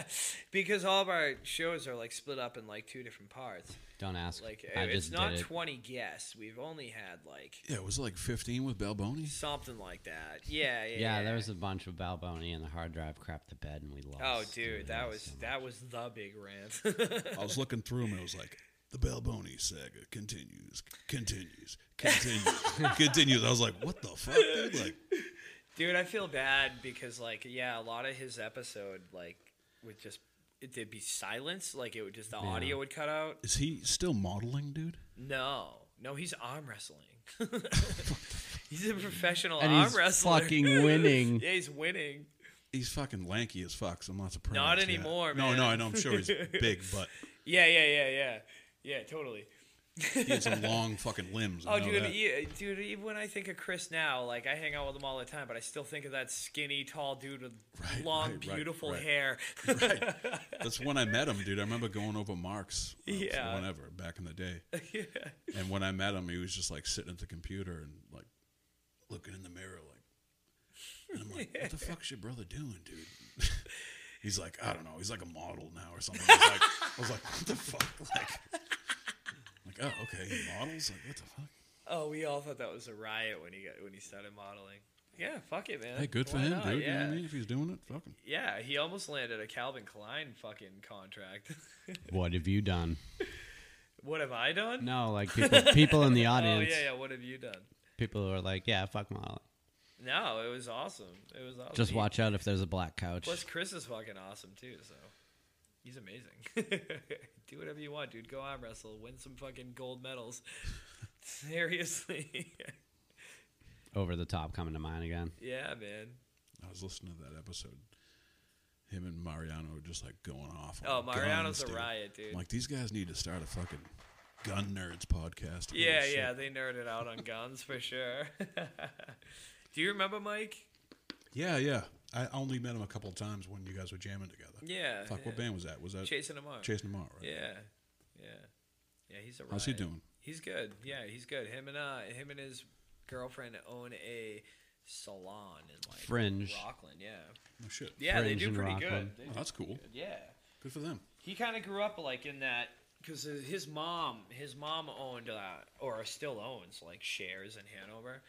because all of our shows are like split up in like two different parts. Don't ask. Like I it's just not did it. twenty guests. We've only had like Yeah, it was like 15 with Balboni. something like that. Yeah, yeah. yeah, there was a bunch of Balboni and the hard drive crap to bed, and we lost. Oh, dude, it that was so much. that was the big rant. I was looking through them and it was like, the Balboni saga continues, continues, continues, continues. I was like, what the fuck, dude? Like, Dude, I feel bad because like yeah, a lot of his episode like would just it, there'd be silence, like it would just the audio would cut out. is he still modeling, dude? No, no, he's arm wrestling. he's a professional and arm he's wrestler. fucking winning. yeah, he's winning. He's fucking lanky as fuck. So I'm not surprised. Not yeah. anymore, No, man. no, I know. I'm sure he's big, but Yeah, yeah, yeah, yeah, yeah, totally. he has some long fucking limbs. I Oh, know dude, that. e- dude, even when I think of Chris now, like I hang out with him all the time, but I still think of that skinny, tall dude with Right, long, right, right, beautiful right. hair. That's when I met him, dude. I remember going over Mark's, uh, Yeah. whenever back in the day. yeah. And when I met him, he was just like sitting at the computer and like looking in the mirror, like. And I'm like, what the fuck's your brother doing, dude? he's like, I don't know. He's like a model now or something. I was like, I was like what the fuck? Like, like oh, okay, he models. Like, what the fuck? Oh, we all thought that was a riot when he got when he started modeling. Yeah, fuck it, man. Hey, good for Why him, not? dude. You know Yeah. what I mean? If he's doing it, fucking. yeah, he almost landed a Calvin Klein fucking contract. What have you done? what have I done? No, like people, people in the oh audience, yeah, yeah. What have you done? people who are like, yeah, fuck modeling. No, it was awesome. It was awesome. Just He- watch out if there's a black couch. Plus, Chris is fucking awesome too. So he's amazing. Do whatever you want, dude. Go arm wrestle, win some fucking gold medals. Seriously, Over the top coming to mind again. yeah, man. I was listening to that episode. Him and Mariano were just like going off. Oh, on Mariano's guns, a dude. riot, dude. I'm like these guys need to start a fucking gun nerds podcast. Holy Yeah, shit. yeah, they nerded out on guns for sure. Do you remember Mike? yeah, yeah. I only met him a couple times when you guys were jamming together. Yeah. Fuck, yeah. what band was that? Was that Chasing him up. Chasing Tomorrow? Right? yeah. Yeah. Yeah, he's a riot. How's he doing? He's good. Yeah, he's good. Him and uh him and his girlfriend own a salon in like Fringe. Rockland, yeah. Oh shit. Yeah, Fringe they do in pretty good. Rockland. They Oh, do that's cool. good. Yeah. Good for them. He kind of grew up like in that because his mom, his mom owned uh, or still owns like shares in Hanover,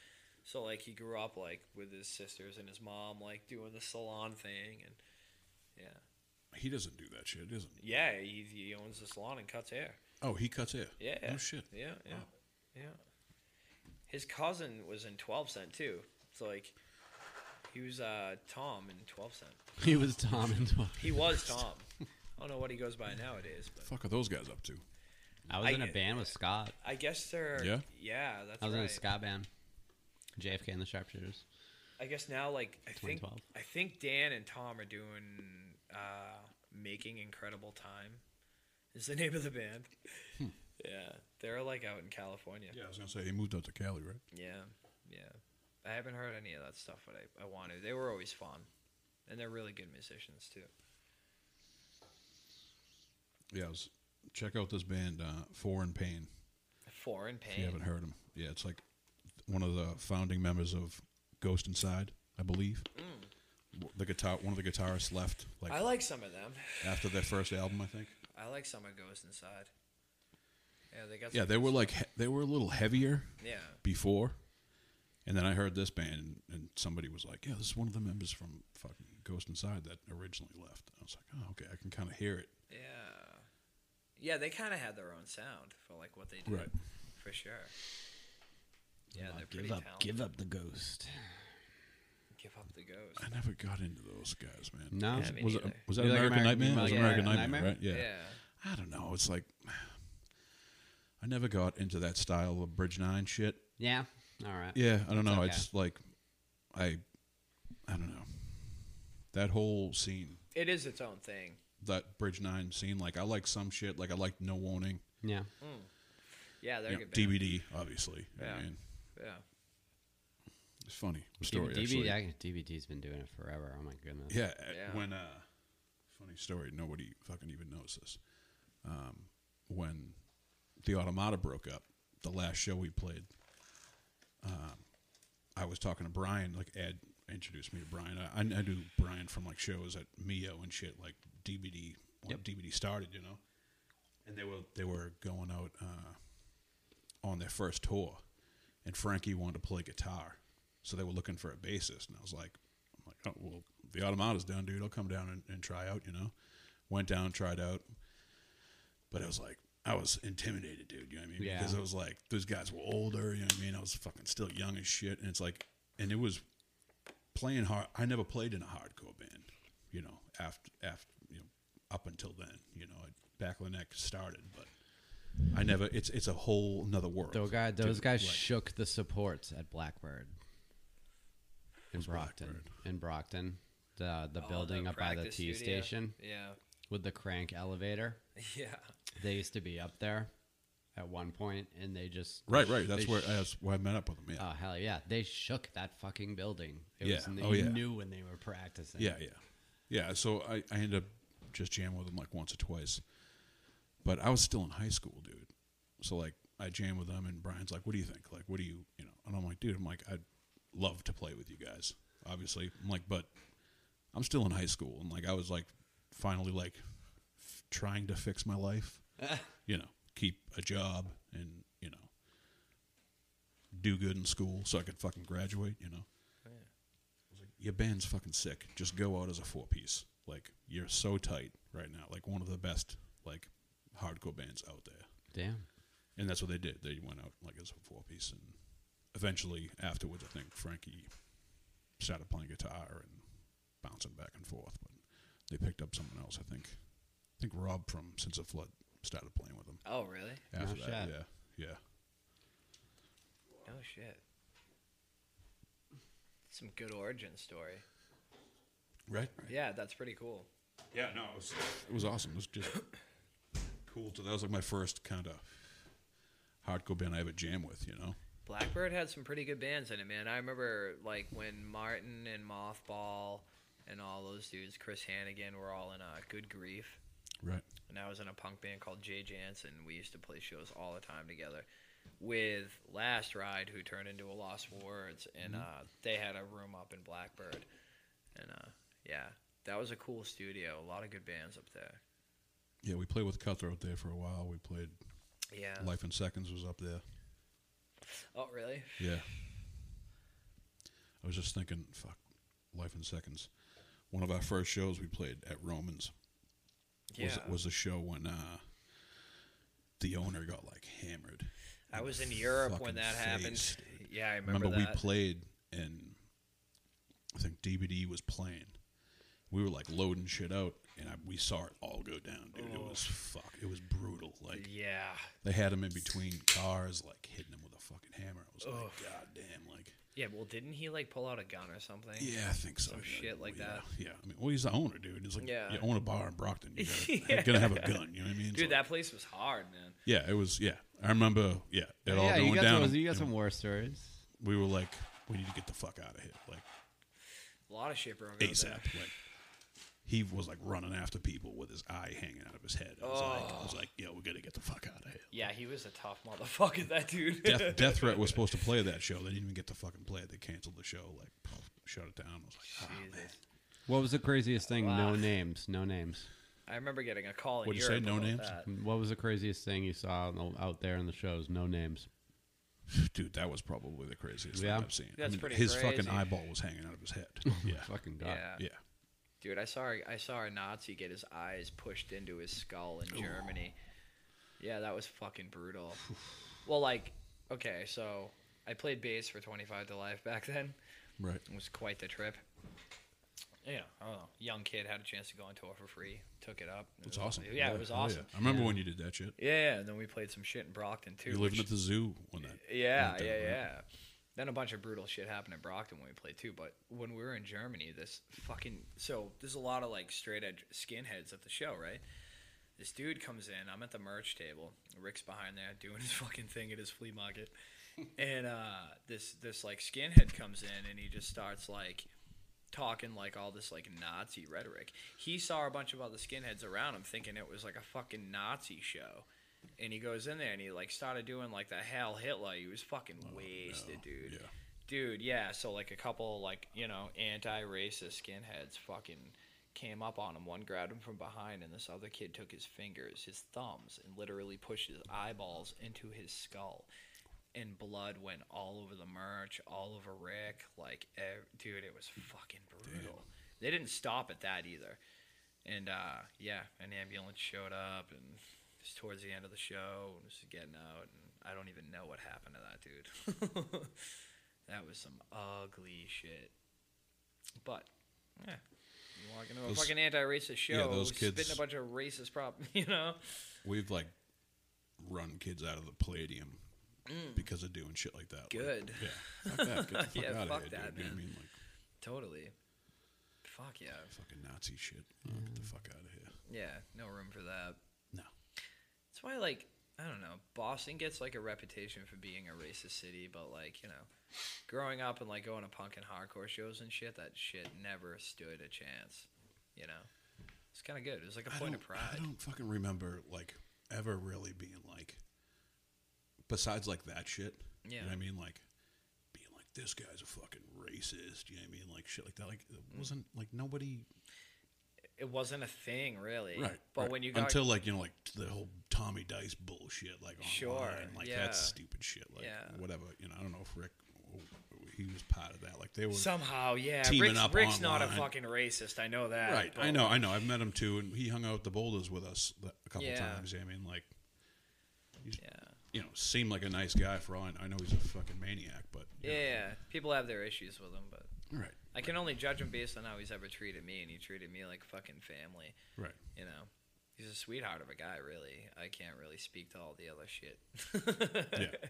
so like he grew up like with his sisters and his mom like doing the salon thing and yeah, He doesn't do that shit, doesn't he? yeah, he, he owns the salon and cuts hair. Oh, he cuts hair. Yeah. Oh shit. Yeah, yeah, Wow. yeah. His cousin was in Twelve Cent too. So like, he was uh, Tom in Twelve Cent. He was Tom and Tom. He was Tom. I don't know what he goes by nowadays, but Fuck are those guys up to? I was I- in a band with Scott. I guess they're Yeah? that's I was right. in a Scott band. JFK and the Sharpshooters. I guess now like I think 2012. I think Dan and Tom are doing uh making incredible time is the name of the band. Hmm. Yeah, they're like out in California. Yeah, I was gonna say he moved out to Cali, right? yeah, yeah. I haven't heard any of that stuff, but I I want to. They were always fun, and they're really good musicians too. Yeah. I was, check out this band, uh, Foreign Pain. Foreign If you Pain. haven't heard him, yeah, it's like one of the founding members of Ghost Inside, I believe. W- The guitar, one of the guitarists left like Mm. I like some of them. after their first album, I think. I like some of Ghost Inside. Yeah, they got. Yeah, some they good were stuff. like he- they were a little heavier Yeah. before, and then I heard this band, and somebody was like, "Yeah, this is one of the members from fucking Ghost Inside that originally left. I was like, oh, okay, I can kind of hear it. Yeah. Yeah, they kind of had their own sound for like what they did. Right. For sure. Yeah, Like, they're pretty give up, talented. give up the ghost. Give up the I ghost. never got into those guys, man. No? Yeah, me was it, neither. was that You like American American Nightmare? It was Nightmare? American Yeah. Nightmare, Nightmare? right? Yeah. I don't know. It's like I never got into that style of Bridge Nine shit. Yeah. All right. Yeah, I don't know. okay. It's like I, I don't know. That whole scene, It is its own thing. that Bridge Nine scene. Like I like some shit. Like I like No Warning. Yeah. Yeah, they're you know, good. band. DVD, obviously. you know what I Yeah. mean? Yeah. it's funny story. actually. DVD, I, DVD's been doing it forever. Oh my goodness. Yeah, uh, Yeah. When uh, funny story, nobody fucking even knows this. Um, when the Automata broke up, the last show we played, um, I was talking to Brian. Like Ed introduced me to Brian. I, I knew Brian from like shows at Mio and shit, like DVD when DVD started, you know. And they were they were going out uh, on their first tour, and Frankie wanted to play guitar, so they were looking for a bassist, and I was like, I'm like, oh well, the automata's done, dude. I'll come down and, and try out, you know. Went down, tried out, but I was like, I was intimidated, dude. You know what I mean? Yeah. Because it was like those guys were older. You know what I mean? I was fucking still young as shit, and it's like, and it was playing hard. I never played in a hardcore band, you know. After after you know, up until then, you know, back when that started, but I never. It's it's a whole another world. Those guys, those Dude, guys like- shook the supports at Blackbird in Brockton. Blackbird? In Brockton, the the Oh, building the up by the practice T studio. station Yeah. with the crank elevator. Yeah. They used to be up there at one point, and they just Right, right. That's they where uh, sh- that's where I met up with them. Yeah, oh hell yeah, they shook that fucking building. It Yeah. was, in the- Oh, you yeah. knew when they were practicing. yeah, yeah, yeah. So I I ended up just jamming with them like once or twice, but I was still in high school, dude. So like I jam with them, and Brian's like, "What do you think? Like, what do you you know?" And I'm like, "Dude, I'm like, I'd love to play with you guys, obviously." I'm like, "But I'm still in high school, and like I was like finally like f- trying to fix my life, you know, keep a job, and you know." Do good in school so I could fucking graduate, you know. your band's fucking sick. Just go out as a four piece. Like you're so tight right now. Like one of the best like hardcore bands out there. Damn. And that's what they did. They went out like as a four piece and eventually afterwards I think Frankie started playing guitar and bouncing back and forth, but they picked up someone else, I think. I think Rob from Since a Flood started playing with them. Oh, really? After No that. shit. Yeah. Yeah. Oh shit. Some good origin story. Right? Yeah, that's pretty cool. Yeah, no, it was it was awesome. It was just cool. So that was like my first kind of hardcore band I ever jam with. You know, Blackbird had some pretty good bands in it, man. I remember like when Martin and Mothball and all those dudes, Chris Hannigan, were all in uh, Good Grief. right? and I was in a punk band called Jay Jansen. We used to play shows all the time together with Last Ride, who turned into a Lost Words, and uh, they had a room up in Blackbird, and uh, yeah, that was a cool studio. A lot of good bands up there. Yeah, we played with Cutthroat there for a while. We played Yeah. Life in Seconds was up there. oh, really? Yeah. I was just thinking, fuck, Life in Seconds. One of our first shows we played at Romans was Yeah. was a show when uh, the owner got like hammered. I was in Europe when Fucking that happened. face, Yeah, I remember, remember, that. we played and I think DVD was playing. We were like loading shit out, and I, we saw it all go down, dude. It was fuck. It was brutal. Like yeah, they had him in between cars, like hitting him with a fucking hammer. I was like, god damn, like yeah. Well, didn't he like pull out a gun or something? yeah, I think so. Some yeah, shit like yeah, that. Yeah, I mean, well, he's the owner, dude. It's like Yeah. you own a bar in Brockton. You gotta, you're gonna have a gun. You know what I mean? It's Dude, like- that place was hard, man. yeah, it was. Yeah, I remember. Yeah, it all Oh, yeah, going you got down. some you got and some war stories. we were like, we need to get the fuck out of here. Like A lot of shit broke out there. ASAP. Like he was like running after people with his eye hanging out of his head. I was like, I was like, yo, we gotta get the fuck out of here. Yeah, he was a tough motherfucker, that dude. Death, Death Threat was supposed to play that show. They didn't even get to fucking play it. They canceled the show. Like, pff, shut it down. I was like, ah, man. What was the craziest thing? No names. No names. I remember getting a call in What'd you say? Europe No about names? Oh that. What was the craziest thing you saw in the- out there in the shows? No names. dude, that was probably the craziest Yeah. thing I've seen. That's I mean, pretty his crazy. fucking eyeball was hanging out of his head. yeah, Fucking god. Yeah. yeah. Dude, I saw a- I saw a Nazi get his eyes pushed into his skull in Germany. Yeah, that was fucking brutal. well, like, okay, so I played bass for 25 to life back then. Right. It was quite the trip. Yeah, I don't know. Young kid had a chance to go on tour for free. Took it up. It was- It's awesome. Yeah, it was hell yeah. awesome. I remember when you did that shit. Yeah, yeah, and then we played some shit in Brockton too. You living which- at the zoo when that. yeah, went yeah, down, right? yeah. Then a bunch of brutal shit happened in Brockton when we played too. But when we were in Germany, this fucking so there's a lot of like straight edge skinheads at the show, right? This dude comes in. I'm at the merch table. Rick's behind there doing his fucking thing at his flea market, and uh, this this like skinhead comes in and he just starts like talking like all this like Nazi rhetoric. He saw a bunch of other skinheads around him, thinking it was like a fucking Nazi show. And he goes in there and he like started doing like the Hal Hitler. He was fucking wasted, dude. yeah. Dude, yeah. So like a couple like you know anti-racist skinheads fucking came up on him. One grabbed him from behind, and this other kid took his fingers, his thumbs, and literally pushed his eyeballs into his skull and blood went all over the merch, all over Rick. Like, ev- dude, it was fucking brutal. They didn't stop at that either. And uh, yeah, an ambulance showed up, and it was towards the end of the show, and it was getting out, and I don't even know what happened to that dude. that was some ugly shit. But yeah, you walk into a Those- fucking anti-racist show, yeah, those spitting kids- a bunch of racist prop, you know. We've like run kids out of the Palladium because of doing shit like that. Mm. Like, Good. fuck that. Get the fuck Yeah, out fuck of here, that, dude. You know what I man. mean? Like Totally. Fuck yeah. fucking Nazi shit. Get the fuck out of here. Yeah, no room for that. No. That's why, like, I don't know. Boston gets like a reputation for being a racist city, but like, you know, growing up and like going to punk and hardcore shows and shit, that shit never stood a chance. You know, it's kind of good. It was like a I point don't, of I pride. don't fucking remember like ever really being like besides like that shit. You Yeah. know what I mean? Like being like this guy's a fucking racist. You know what I mean? Like shit like that. Like it Mm. wasn't like nobody It wasn't a thing, really. Right. But right. when you got until like you know like the whole Tommy Dice bullshit like online, Sure, like yeah. that's stupid shit like Yeah. whatever you know I don't know if Rick he was part of that like they were somehow, yeah, teaming Rick's, up Rick's not a online. fucking racist. I know that. right but, I know like, I know I've met him too and he hung out at the boulders with us the- a couple Yeah. times you know what I mean like Yeah. you know seemed like a nice guy for all I know, I know he's a fucking maniac but you Yeah, yeah. People have their issues with him, but know. right I can only judge him based on how he's ever treated me, and he treated me like fucking family. right you know, he's a sweetheart of a guy, really. I can't really speak to all the other shit. Yeah. Oh.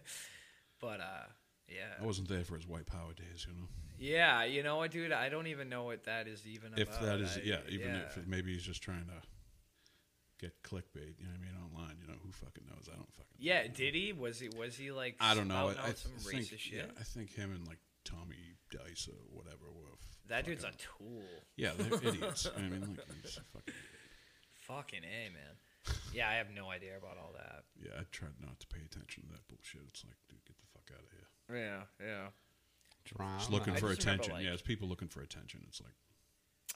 But, uh, I yeah. wasn't there for his white power days you know Yeah, you know what, dude? I don't even know what that is even if about. that is I- yeah even if it- maybe he's just trying to get clickbait you know what I mean online you know who fucking knows I don't fucking Yeah, know. did he? Was he, was he like, I don't know. spouting I, out I some think, racist shit? yeah, I think him and like Tommy Dice or whatever were. f- that dude's a fucking- tool. yeah, they're idiots. I mean, like, they're just fucking, Fucking A, man. Yeah, I have no idea about all that. yeah, I tried not to pay attention to that bullshit. It's like, dude, get the fuck out of here. Yeah, yeah. Drama. Just looking I for just remember, attention. like- yeah, it's people looking for attention. It's like,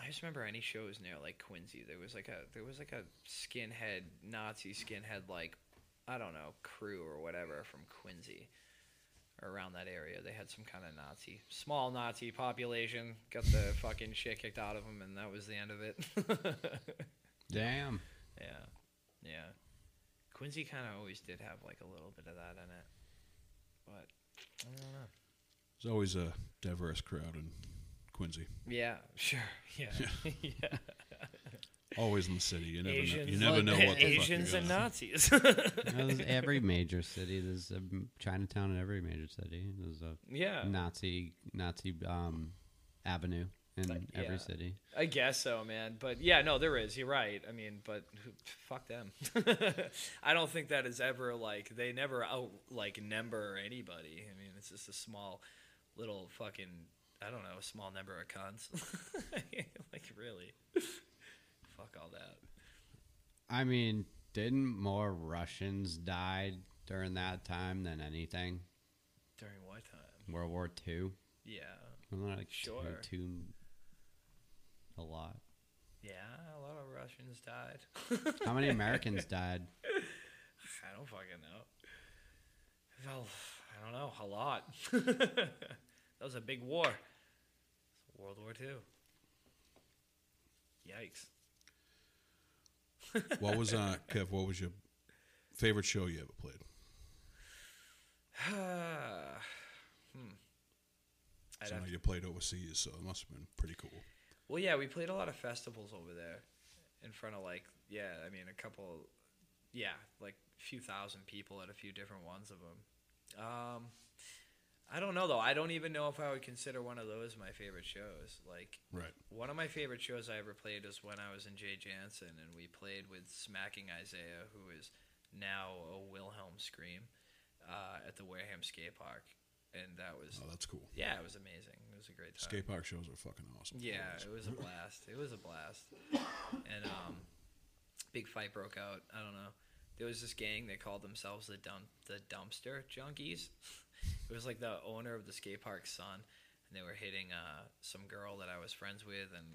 I just remember any shows near like Quincy. There was like a there was like a skinhead Nazi skinhead like I don't know crew or whatever from Quincy or around that area. They had some kind of Nazi small Nazi population. Got the fucking shit kicked out of them, and that was the end of it. Damn. yeah, yeah. Quincy kind of always did have like a little bit of that in it, but I don't know. there's always a diverse crowd in Quincy. Yeah, sure. Yeah, yeah. Always in the city. You never know. You Asians, never know what the Asians fuck and you're gonna- Nazis. There's every major city. There's a m- Chinatown in every major city. There's a yeah. Nazi Nazi um, avenue in Like, yeah. every city. I guess so, man. But yeah, no, there is. You're right. I mean, but who- fuck them. I don't think that is ever like they never out like number anybody. I mean, it's just a small little fucking I don't know, a small number of cons. like really. fuck all that. I mean, didn't more Russians die during that time than anything? During what time? World War II? Yeah. Wasn't there like two- Sure. two, a lot? Yeah, a lot of Russians died. How many Americans died? I don't fucking know. Well, I don't know. A lot. that was a big war. World War Two. Yikes. What was uh Kev? What was your favorite show you ever played? Hmm. I'd So have now to- you played overseas, so it must have been pretty cool. well, yeah, we played a lot of festivals over there, in front of like yeah, I mean a couple, yeah, like a few thousand people at a few different ones of them. Um, I don't know though. I don't even know if I would consider one of those my favorite shows. Like Right. One of my favorite shows I ever played was when I was in Jay Jansen, and we played with Smacking Isaiah, who is now a Wilhelm Scream, uh, at the Wareham Skate Park, and that was Oh, that's cool. yeah, it was amazing. It was a great time. Skate park shows are fucking awesome. Yeah, Always. it was a blast. It was a blast. And um, big fight broke out. I don't know. There was this gang. They called themselves the dump the dumpster junkies. It was like the owner of the skate park's son, and they were hitting uh, some girl that I was friends with, and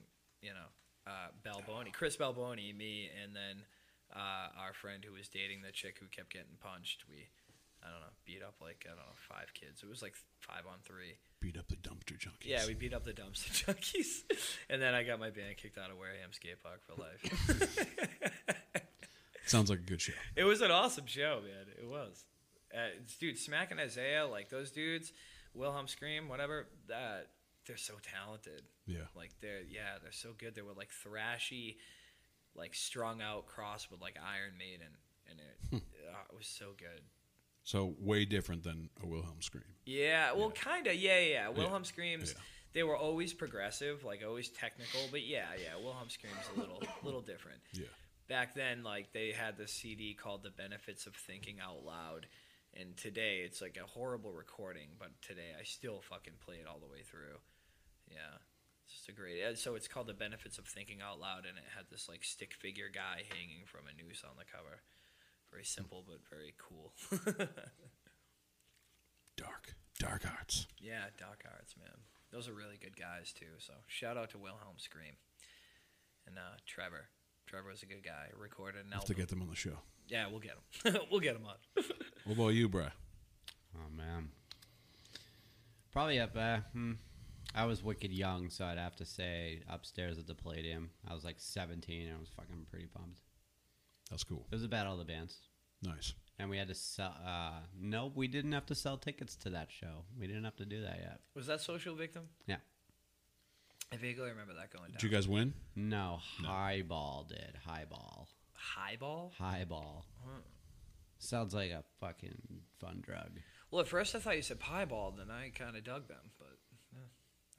you know, uh, Balboni, Chris Balboni, me, and then uh, our friend who was dating the chick who kept getting punched. We, I don't know, beat up like I don't know five kids. It was like five on three. beat up the dumpster junkies. Yeah, we beat up the dumpster junkies, and then I got my band kicked out of Wareham Skate Park for life. sounds like a good show. it was an awesome show, man. It was, uh, dude. Smack and Isaiah, like those dudes, Wilhelm Scream, whatever. That they're so talented. Yeah. Like they're yeah, they're so good. They were like thrashy, like strung out cross with like Iron Maiden, and it, uh, it was so good. So way different than a Wilhelm scream. Yeah, well, kind of. Yeah, yeah. yeah. Wilhelm Screams. yeah. They were always progressive, like always technical, but yeah, yeah. Wilhelm Screams a little, little different. Yeah. Back then, like they had this CD called "The Benefits of Thinking Out Loud," and today it's like a horrible recording, but today I still fucking play it all the way through. Yeah, it's just a great. and So it's called "The Benefits of Thinking Out Loud," and it had this like stick figure guy hanging from a noose on the cover. Very simple, but very cool. Dark. Dark arts. Yeah, Doc Arts, man. Those are really good guys too. So shout out to Wilhelm Scream and uh, Trevor. Trevor was a good guy. Recorded an Have to album. get them on the show. yeah, we'll get him. we'll get him on. What about you, bruh? Oh man, probably up. Uh, hmm. I was wicked young, so I'd have to say upstairs at the Palladium. I was like 17, and I was fucking pretty pumped. That's cool. It was about all the bands, Nice. and we had to sell. Uh, no, we didn't have to sell tickets to that show. We didn't have to do that yet. Was that Social Victim? Yeah. I vaguely remember that going down. Did you guys win? No, highball did highball, Highball? highball. Sounds like a fucking fun drug. Well, at first I thought you said pieball, then I kind of dug them, but yeah,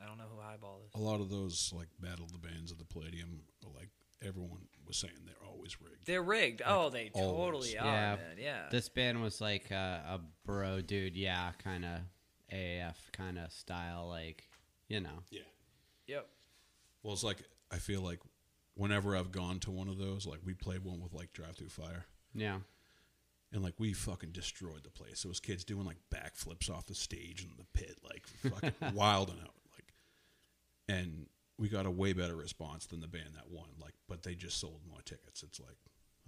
I don't know who highball is. A lot of those like battle of the bands at the Palladium, like everyone was saying they're always rigged. They're rigged. Oh, they always. totally are, Yeah. man. Yeah. This band was like a, a bro dude, yeah, kind of AF kind of style, like you know. Yeah. yep. Well, it's like I feel like whenever I've gone to one of those, like we played one with like Drive Through Fire, Yeah. and like we fucking destroyed the place. There was kids doing like backflips off the stage in the pit, like fucking wilding out, like. And we got a way better response than the band that won, like. But they just sold more tickets. It's like,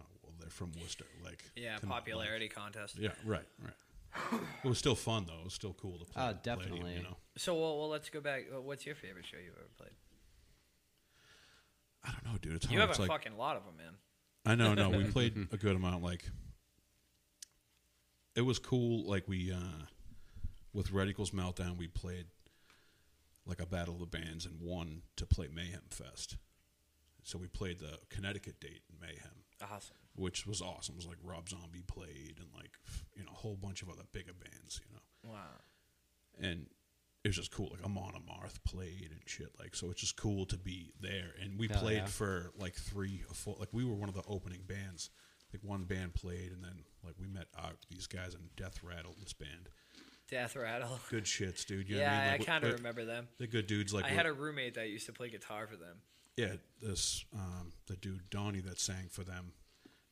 oh well, they're from Worcester, like. Yeah, come on, like- popularity contest. yeah, right, right. It was still fun though. It was still cool to play. Oh, at the Palladium, definitely. You know, So, well, well, let's go back. Uh, What's your favorite show you've ever played? I don't know, dude. It's hard. You have it's a like, fucking lot of them, man. I know, no, we played a good amount. Like, it was cool. Like we, uh with Red Equals Meltdown, we played like a battle of the bands and won to play Mayhem Fest. So we played the Connecticut date in Mayhem, Awesome. which was awesome. It was like Rob Zombie played and like you know a whole bunch of other bigger bands. You know, Wow. and it was just cool. Like Amon Amarth played and shit. Like so, it's just cool to be there. And we Hell played yeah. for like three or four. Like we were one of the opening bands. Like one band played, and then like we met uh, these guys in Death Rattle. This band, Death Rattle. good shits, dude. You know yeah, what I, mean? I Like, we- kind we- of remember them. They're good dudes. Like I we- had a roommate that used to play guitar for them. yeah, this um, the dude Donnie that sang for them.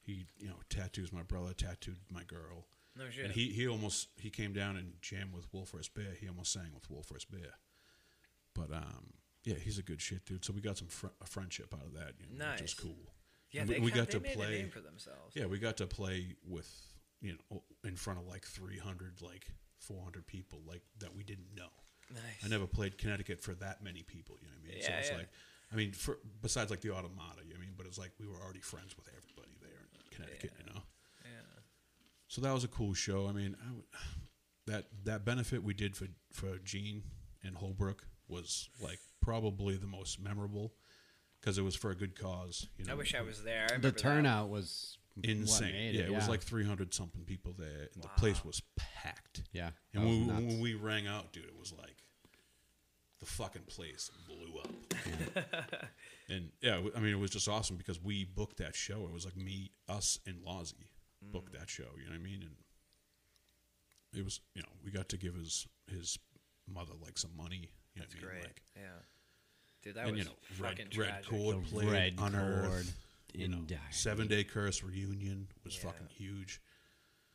He you know tattoos my brother, tattooed my girl. No shit. And he, he almost he came down and jammed with Wolfers Bear. He almost sang with Wolfers Bear. But um, yeah, he's a good shit dude. So we got some fr- a friendship out of that, you know, which Nice. is cool. Yeah, And they, we, we kin- got they to made a play. name for themselves. Yeah, we got to play with you know in front of like three hundred, like four hundred people, like that we didn't know. Nice. I never played Connecticut for that many people. You know what I mean? so Yeah, it's yeah. like I mean, for, besides like the Automata, you know what I mean, but it's like we were already friends with everybody there in Connecticut, you know. Yeah. So that was a cool show. I mean, I w that that benefit we did for for Gene and Holbrook was like probably the most memorable because it was for a good cause. You know, I wish I was there. I remember The that. turnout was what insane. made yeah, it was like three hundred something people there, and the place was packed. yeah. And that was when, Oh, nuts. when we rang out, dude, it was like the fucking place blew up. and yeah, I mean, it was just awesome because we booked that show. It was like me, us, and Lozzie booked that show. You know what I mean? And it was, you know, we got to give his his mother like some money. You know It's what I mean? great. Like, yeah. Dude, that and was you know, red, fucking red tragic. cord played Red on Chord Earth. You in know, Dire seven day curse reunion was Yeah. fucking huge.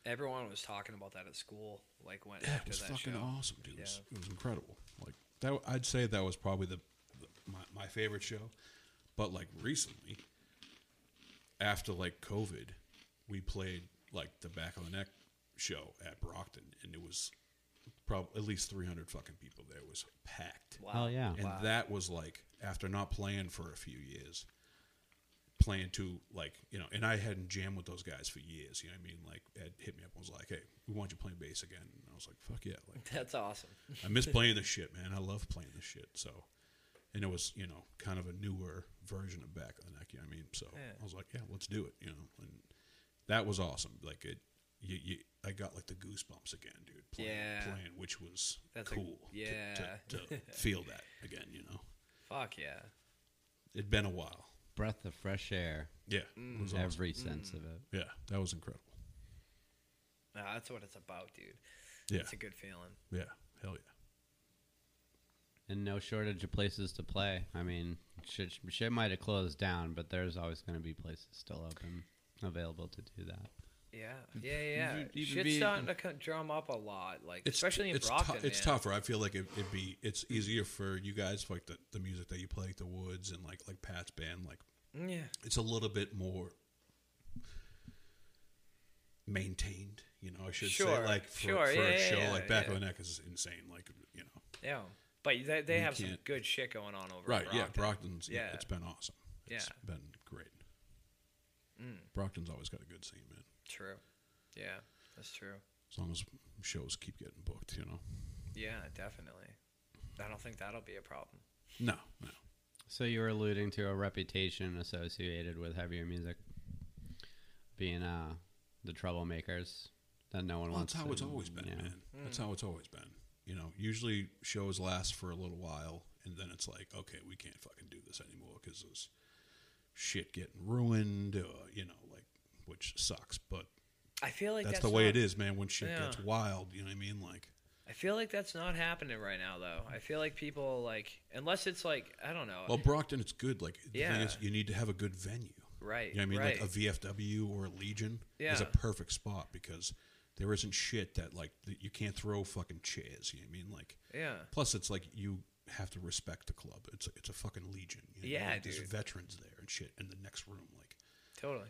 Everyone was talking about that at school. Like went Yeah, it after was that fucking show. awesome, dude. It, was, Yeah. it was incredible. Like that, I'd say that was probably the, the my, my favorite show. But like recently, after like COVID, we played like the back of the neck show at Brockton, and it was probably at least three hundred fucking people there. It was packed, Wow. Hell yeah. and that was like after not playing for a few years, playing to like you know, and I hadn't jammed with those guys for years. You know what I mean? Like Ed hit me up and was like, "Hey, we want you playing bass again," and I was like, "Fuck yeah!" Like That's awesome. I miss playing this shit, man. I love playing this shit. So, and it was, you know, kind of a newer version of Back of the Neck. You know what I mean? So I was like, yeah, let's do it. You know, and that was awesome. Like it, you, you I got like the goosebumps again, dude. Playing, Yeah. playing which was That's a- cool. to- yeah. to, to feel that again. You know, Fuck yeah. it'd been a while. Breath of fresh air. Yeah, it Mm. was awesome. Every sense of it. Yeah, that was incredible. Nah, that's what it's about, dude. Yeah, It's a good feeling. yeah, hell yeah. And no shortage of places to play. I mean, shit, shit might have closed down, but there's always going to be places still open, available to do that. Yeah. Yeah, yeah. You- you Shit's be- starting to co- drum up a lot, like It's, especially in it's Brockton. tou- it's man. tougher. I feel like it, it'd be it's easier for you guys like the, the music that you play, like the Woods and like like Pat's band. Like Yeah. it's a little bit more maintained. You know, I should say Sure, like for, sure, for yeah, a yeah, show yeah, like Back yeah. of the Neck is insane. Like you know, Yeah. But they, they We have some can't- good shit going on over right? at Brockton. Yeah, Brockton's. Yeah, Yeah. it's been awesome. It's Yeah. been great. Brockton's always got a good scene, man. Mm, True. Yeah, that's true. As long as shows keep getting booked, you know. Yeah, definitely. I don't think that'll be a problem. No, no. So you were alluding to a reputation associated with heavier music being uh, the troublemakers that no one Well, wants. that's how to- it's always been, yeah. man. That's how it's always been. You know, usually shows last for a little while, and then it's like, okay, we can't fucking do this anymore because there's shit getting ruined, or you know, like, which sucks. But I feel like that's, that's, the way not- it is, man. When shit Yeah. gets wild, you know what I mean? Like, I feel like that's not happening right now, though. I feel like people like, unless it's like, I don't know, well, Brockton, it's good. Like, the thing is, Yeah. you need to have a good venue. right? You know what I mean? right. Like a VFW or a Legion is a Yeah. perfect spot because there isn't shit that like that you can't throw fucking chairs. You know what I mean? Like, yeah, Plus, it's like you have to respect the club. It's a, it's a fucking legion. You know? Yeah, like, there's dude. veterans there and shit in the next room. Like totally.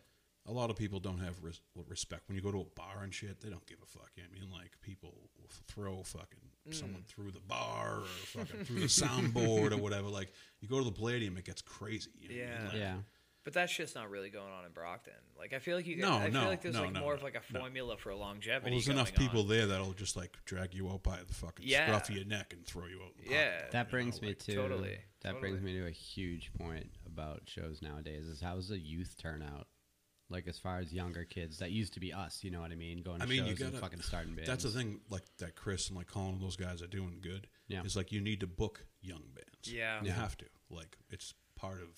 a lot of people don't have res- respect when you go to a bar and shit. They don't give a fuck. I mean, like people will throw fucking Mm. someone through the bar or fucking through the soundboard or whatever. Like you go to the Palladium, it gets crazy. You know what I mean? Yeah. Like, Yeah. But that shit's not really going on in Brockton. Like, I feel like you. Guys, No, I no, feel like there's no, like no, more of no, like a no. formula for Well, longevity. there's enough going on. people there that'll just like drag you out by the fucking Yeah. scruff of your neck and throw you out. in the Yeah. parking lot, you know, That brings me like, to totally, that brings totally. me to a huge point about shows nowadays is how's the youth turnout? Like as far as younger kids that used to be us, you know what I mean? Going to shows and fucking starting bands. That's the thing, like that Chris and like Colin and those guys are doing good. Yeah. It's like you need to book young bands. Yeah. You have to. Like it's part of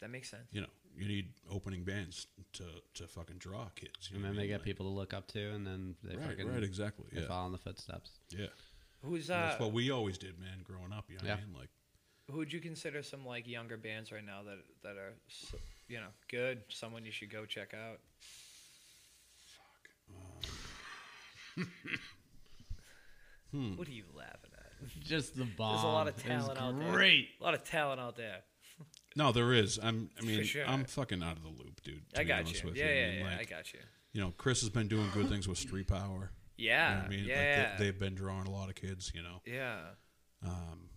That makes sense. you know, you need opening bands to to fucking draw kids. you And know then what I they mean? get Like- people to look up to, and then they Right, fucking right, exactly. they Yeah. follow in the footsteps. Yeah. Who's And uh? that's what we always did, man, growing up. You know what I Yeah. mean? Like Who'd you consider some like younger bands right now that that are, s- you know, good? Someone you should go check out. Fuck. hmm, What are you laughing at? Just the bomb. There's a lot of is talent out there. great. A lot of talent out there. No, there is. I'm I mean sure. I'm fucking out of the loop, dude. to I be got honest you. with Yeah, I yeah, mean, yeah. like, I got you. You know, Chris has been doing good things with Street Power. Yeah, You know what I mean? yeah, Like they, they've been drawing a lot of kids, you know. yeah. Um,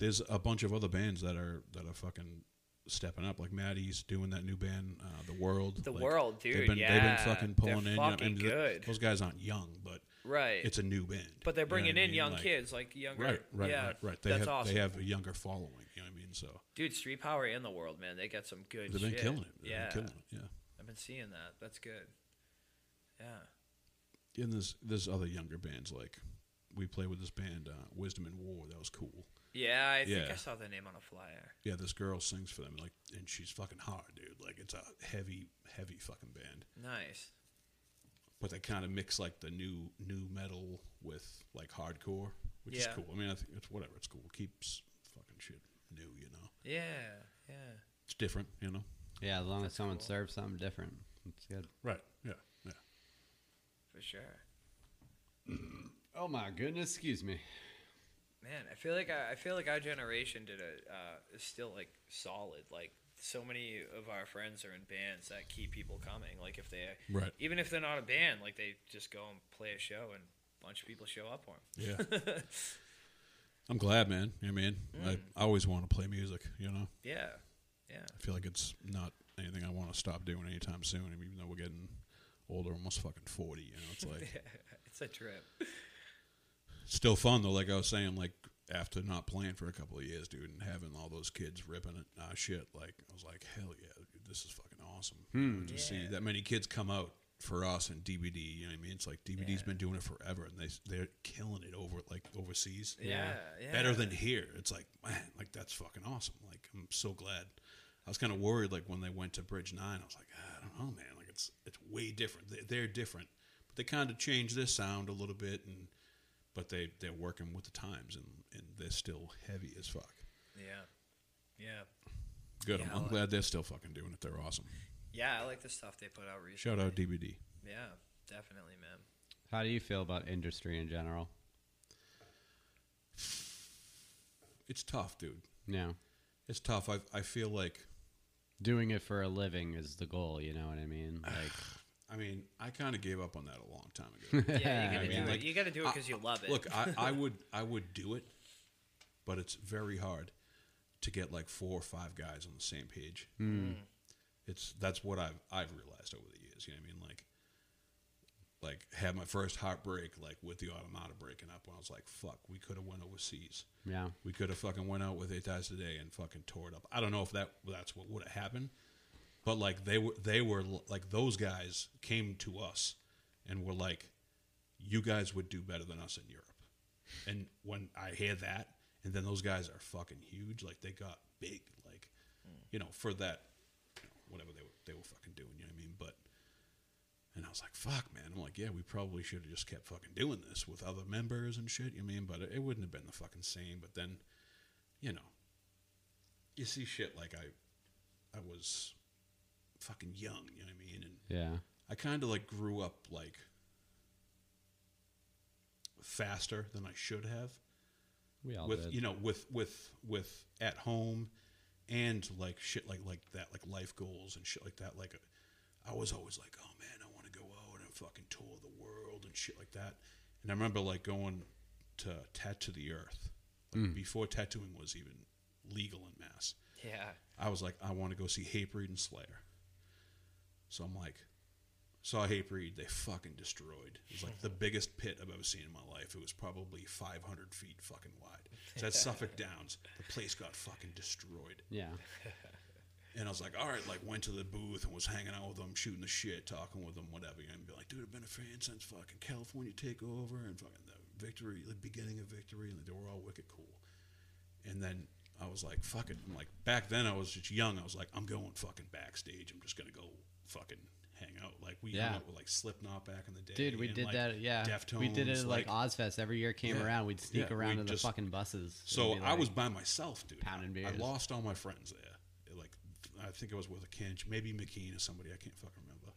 there's a bunch of other bands that are that are fucking stepping up. Like Maddie's doing that new band, uh, The World. The Like, World, dude. They've been, yeah, they've been fucking pulling they're in. Fucking you know, I mean, th- good, Those guys aren't young, but right? it's a new band. but they're You know what I bringing in mean? young Like, kids, like younger. Right, right, yeah, right, right. They that's have awesome, they have a younger following. You know what I mean? So dude. Street Power and the World, man, they got some good. they've been shit. killing it. They've yeah, been killing it. Yeah. I've been seeing that. That's good. Yeah. and there's there's other younger bands like we play with this band uh, Wisdom and War. That was cool. Yeah, I think Yeah. I saw the name on a flyer. Yeah, this girl sings for them like, and she's fucking hard, dude. Like it's a heavy, heavy fucking band. Nice. But they kind of mix like the new new metal with like hardcore, which is Yeah. cool. I mean, I think it's whatever. It's cool. Keeps fucking shit new. You know, Yeah, yeah. it's different. You know. Yeah, as long as someone cool. serves something different, it's good. Right. Yeah. Yeah. For sure. Oh my goodness, excuse me. Man, I feel like I, I feel like our generation did a uh, is still like solid. Like so many of our friends are in bands that keep people coming. Like if they Right. even if they're not a band, like they just go and play a show and a bunch of people show up for Yeah. them. I'm glad, man. You know what I mean, I, I always want to play music. You know. yeah, yeah. I feel like it's not anything I want to stop doing anytime soon. I mean, even though we're getting older, almost fucking forty, you know, it's like It's a trip. still fun though. Like I was saying, like after not playing for a couple of years, dude, and having all those kids ripping it, uh, shit, like I was like, hell yeah, dude, this is fucking awesome. You know, to see Yeah. that many kids come out for us and DVD, you know what I mean? It's like DVD's Yeah. been doing it forever, and they they're killing it over like overseas. Yeah, yeah. better than here. It's like, man, like that's fucking awesome. Like I'm so glad. I was kind of worried like when they went to Bridge Nine. I was like, "Ah, I don't know, man. Like it's it's way different. They, they're different, but they kind of changed their sound a little bit, and but they they're working with the times, and and they're still heavy as fuck. Yeah, yeah, Good. Yeah, I'm, I'm like- glad they're still fucking doing it. They're awesome. yeah. I like the stuff they put out recently. Shout out DVD. Yeah, definitely, man. How do you feel about industry in general? It's tough, dude. Yeah. It's tough. I I feel like Doing it for a living is the goal, you know what I mean? Like I mean I kind of gave up on that a long time ago. Yeah, you I gotta mean, do like, it. You gotta do it I- because you love it. Look, I, I would I would do it, but it's very hard to get like four or five guys on the same page. Mm. It's that's what I've I've realized over the years. You know what I mean? Like like had my first heartbreak like with the automata breaking up when I was like, fuck, we could have went overseas. yeah. We could have fucking went out with eight ties today and fucking tore it up. I don't know if that that's what would have happened, but like they were they were l- like those guys came to us and were like, "You guys would do better than us in Europe." And when I hear that, and then those guys are fucking huge. Like they got big. Like you know for that you know, whatever they were they were fucking doing. You know what I mean? But and I was like, fuck, man. I'm like, yeah, we probably should have just kept fucking doing this with other members and shit. You mean, but it, it wouldn't have been the fucking same. But then, you know, you see shit like I, I was fucking young. You know what I mean? And Yeah. I kind of like grew up like faster than I should have We all with did. you know with with with at home and like shit like like that like life goals and shit like that like I was always like oh man I want to go out and fucking tour the world and shit like that and I remember like going to tattoo the earth like before tattooing was even legal in mass yeah, I was like, I want to go see Hatebreed and Slayer. So I'm like, saw Hatebreed. They fucking destroyed. It was like the biggest pit I've ever seen in my life. It was probably 500 feet fucking wide. It's at Suffolk Downs. The place got fucking destroyed. yeah. And I was like, all right, like went to the booth and was hanging out with them, shooting the shit, talking with them, whatever. You know, and be like, dude, I've been a fan since fucking California Takeover and fucking the victory, the beginning of victory, and they were all wicked cool. And then I was like, fuck it. I'm like, back then I was just young. I was like, I'm going fucking backstage. I'm just gonna go fucking hang out. Like we hung Yeah. out with like Slipknot back in the day. Dude, we and, did like, that. Yeah, we did it Deftones, at, like, Ozfest. Every year came Yeah. around, we'd sneak Yeah, around we in the just- fucking buses. and so be I like- was by myself, dude. pounding I, I beers. lost all my friends there. Like I think I was with a Kinch, maybe McKean or somebody. I can't fucking remember.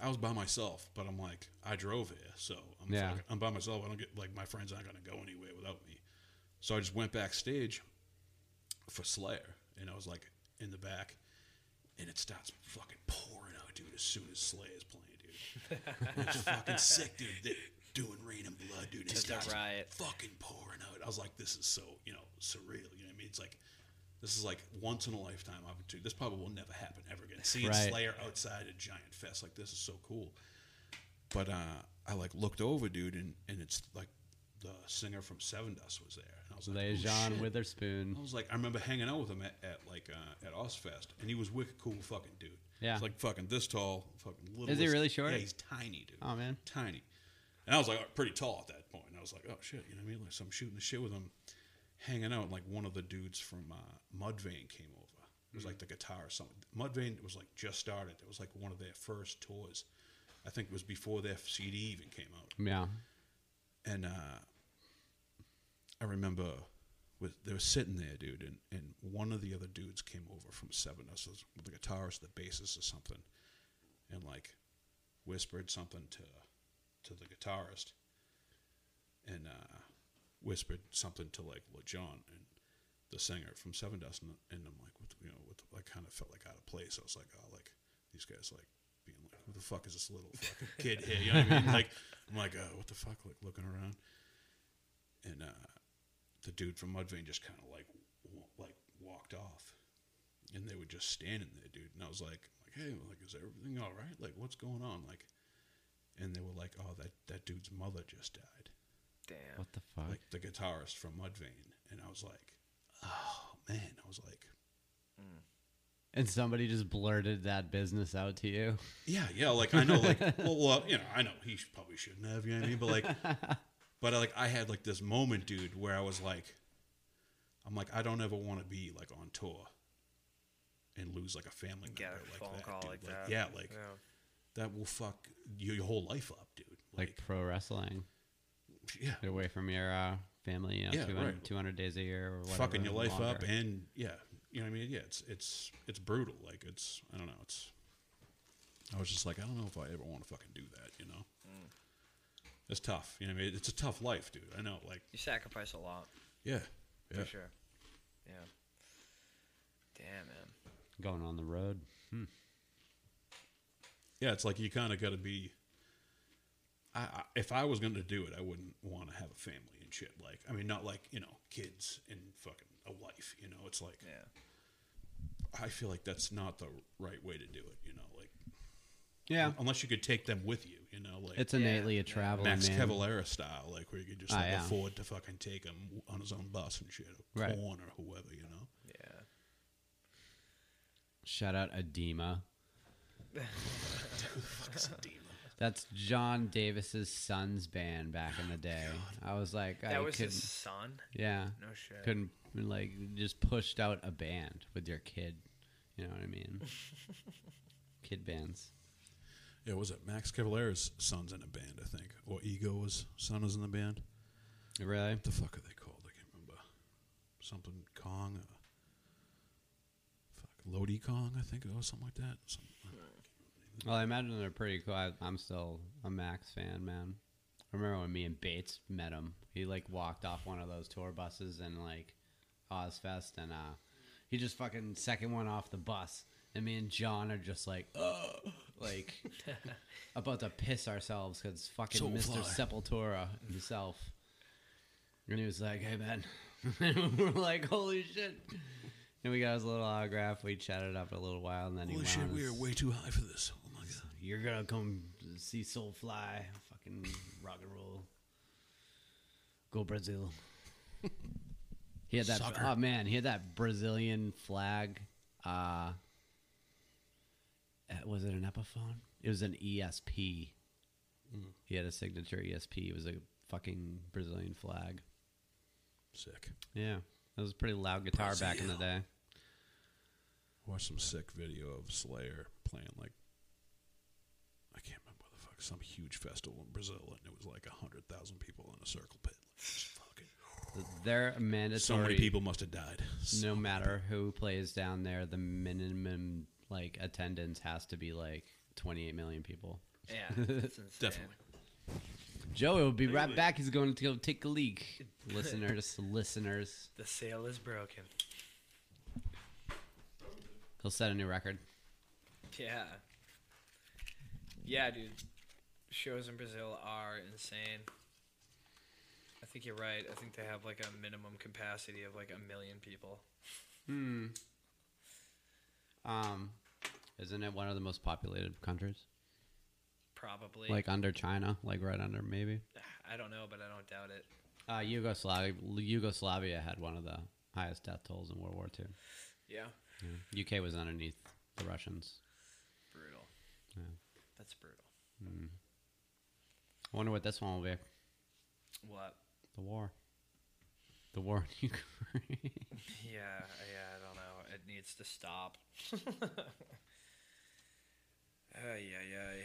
I was by myself, but I'm like I drove here, so I'm Yeah. fucking- I'm by myself. I don't get like my friends aren't gonna go anywhere without me. So I just went backstage for Slayer, and I was like in the back, and it starts fucking pouring out, dude. As soon as Slayer's playing, dude, it's fucking sick, dude. They- doing Rain and Blood, dude. Just His a eyes riot. Fucking pouring out. I was like, this is so, you know, surreal. You know what I mean? It's like, this is like once in a lifetime opportunity. This probably will never happen ever again. Seeing Right. Slayer outside a giant fest, like, this is so cool. But uh, I like looked over, dude, and, and it's like the singer from Seven Dust was there. And I was like, oh, Lejean shit. Witherspoon. I was like, I remember hanging out with him at, at like uh, at Ozfest, and he was wicked cool fucking dude. Yeah. He's like fucking this tall, fucking little. Is he really short? Yeah, he's tiny, dude. Oh, man. tiny. And I was like uh, pretty tall at that point. And I was like, oh shit, you know what I mean? Like, so I'm shooting the shit with him, hanging out. And like one of the dudes from uh, Mudvayne came over. It Hmm. was like the guitar or something. Mudvayne was like just started. It was like one of their first tours. I think it was before their CD even came out Yeah. and uh, I remember with they were sitting there, dude, and, and one of the other dudes came over from Seven Us, was the guitarist, the bassist, or something, and like whispered something to to the guitarist, and uh, whispered something to like LeJohn and the singer from Seven Dust, and, and I'm like, what the, you know, what the, I kind of felt like out of place. I was like, oh, like these guys like being like, who the fuck is this little fucking kid here? You know what I mean? Like, I'm like, uh, what the fuck? Like looking around, and uh, the dude from Mudvayne just kind of like, w- like walked off, and they were just standing there, dude. And I was like, like, hey, like, is everything all right? Like, what's going on? Like, and they were like, oh, that that dude's mother just died Damn. What the fuck? like the guitarist from Mudvayne, and I was like, "Oh man!" I was like, and somebody just blurted that business out to you. "Yeah, yeah." Like I know, like well, well, you know, I know he sh- probably shouldn't have. You know what I mean? But like, but like I had like this moment, dude, where I was like, "I'm like, I don't ever want to be like on tour and lose like a family member Get a like phone that, call dude. like that. Yeah, like Yeah. that will fuck your, your whole life up, dude. Like pro wrestling. yeah, Get away from your uh, family, you know, Yeah, 200, right. 200 days a year or whatever. fucking your life up longer. and yeah you know what i mean yeah it's it's it's brutal like it's i don't know it's i was just like i don't know if i ever want to fucking do that you know it's tough you know what i mean it's a tough life dude i know like You sacrifice a lot yeah for yeah sure. Yeah. Damn, man. Going on the road. yeah it's like you kind of got to be I, I if i was going to do it i wouldn't want to have a family and shit like i mean not like you know kids and fucking a wife you know it's like Yeah. i feel like that's not the right way to do it you know like Yeah. unless you could take them with you you know like It's innately a yeah. traveling Max Oh, man. Cavalera style, like where you could just Ah, like, yeah. afford to fucking take him on his own bus and shit, or Right. Korn or whoever, you know. Yeah. Shout out Edema. Fuck's a demon. That's John Davis's son's band back in the day. I was like, I That was couldn't, his son? yeah, No shit. couldn't like just pushed out a band with your kid. You know what I mean? kid bands. Yeah, what was it Max Cavalera's son's in a band, I think, or Ego's son was in the band. Really? What the fuck are they called? I can't remember. Something Kong. Uh, fuck, Lodi Kong, I think, or something like that. Some, Well, I imagine they're pretty cool. I, I'm still a Max fan, man. I remember when me and Bates met him. He like walked off one of those tour buses and like Ozfest, and uh, he just fucking second one off the bus. And me and John are just like, oh, like about to piss ourselves because fucking Soulfly. Mr. Sepultura himself. And he was like, hey, man. and we're like, holy shit. And we got his little autograph. We chatted up a little while, and then he holy went shit, on we his- are way too high for this. Oh my god. you're gonna come see Soulfly, fucking rock and roll. Go Brazil. he had that. Soccer. Oh man, he had that Brazilian flag. Uh, eh, was it an Epiphone? It was an ESP. Mm-hmm. He had a signature ESP. It was a fucking Brazilian flag. Sick. Yeah, that was a pretty loud guitar back in the day. Watch some sick video of Slayer playing like I can't remember what the fuck some huge festival in Brazil, and it was like a hundred thousand people in a circle pit. Like, just fucking, They're mandatory. so many people must have died. So- no matter who plays down there, the minimum like attendance has to be like 28 million people. Yeah. That's insane. Definitely. Joey will be right back. He's going to go take a leak. listeners, listeners, The sale is broken. he'll set a new record. Yeah. Yeah, dude. shows in Brazil are insane. I think you're right. I think they have like a minimum capacity of like a million people. Hmm. Um, isn't it one of the most populated countries? Probably. Like under China, like right under maybe. I don't know, but I don't doubt it. Uh, Yugoslavia, Yugoslavia had one of the highest death tolls in World War II. Yeah. Yeah. UK was underneath the Russians. Brutal. Yeah. That's brutal. Mm. I wonder what this one will be. What? The war. The war in Ukraine. Yeah, yeah, I don't know. It needs to stop. ay, ay, ay.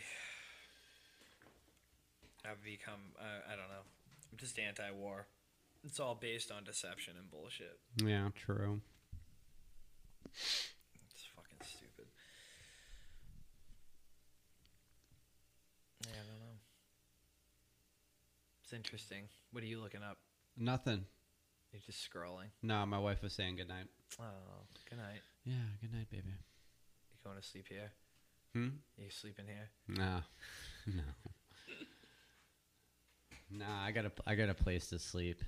I've become, uh, I don't know. I'm just anti war. It's all based on deception and bullshit. yeah, true. It's fucking stupid. Yeah, I don't know. It's interesting. What are you looking up? Nothing. You're just scrolling. No, my wife was saying goodnight. Oh, good night. Yeah, good night, baby. You going to sleep here? Hmm? You sleeping here? No, no. Nah, I got a I got a place to sleep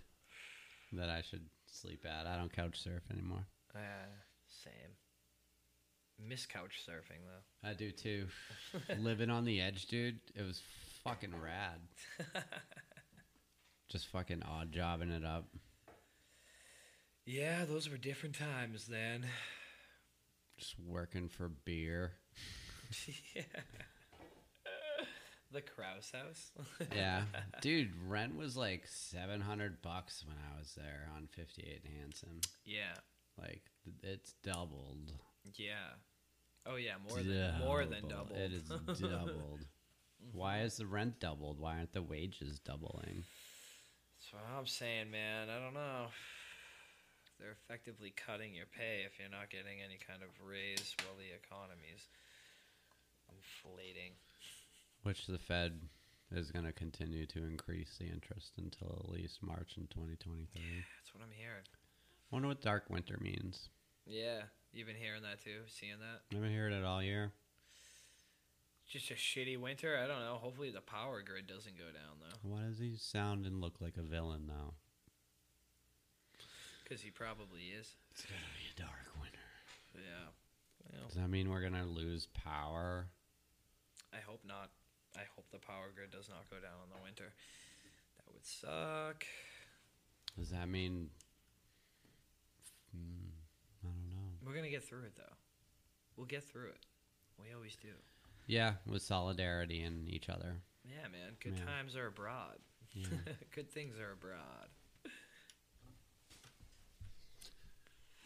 that I should sleep at. I don't couch surf anymore. Uh, same. Miss couch surfing though. I do too. Living on the edge, dude. It was fucking rad. Just fucking odd jobbing it up. Yeah, those were different times then. Just working for beer. yeah. The Kraus house. Yeah, dude. Rent was like seven hundred bucks when I was there on fifty eight Hanson. yeah. Like th- it's doubled. Yeah. Oh yeah, more than more than double. It is doubled. Why is the rent doubled? Why aren't the wages doubling? That's what I'm saying, man. I don't know. They're effectively cutting your pay if you're not getting any kind of raise while the economy's inflating. Which the Fed is going to continue to increase the interest until at least March in 2023. That's what I'm hearing. Wonder what dark winter means. Yeah. You've been hearing that too, seeing that. Never heard it all year. Just a shitty winter. I don't know. Hopefully the power grid doesn't go down though, Why does he sound and look like a villain though? because he probably is. It's gonna be a dark winter. Yeah. Does that mean we're gonna lose power? I hope not. I hope the power grid does not go down in the winter. That would suck. Does that mean? Hmm, I don't know. We're gonna get through it though. We'll get through it. We always do. Yeah, with solidarity and each other. Yeah, man. Good Yeah. times are abroad. Yeah. Good things are abroad.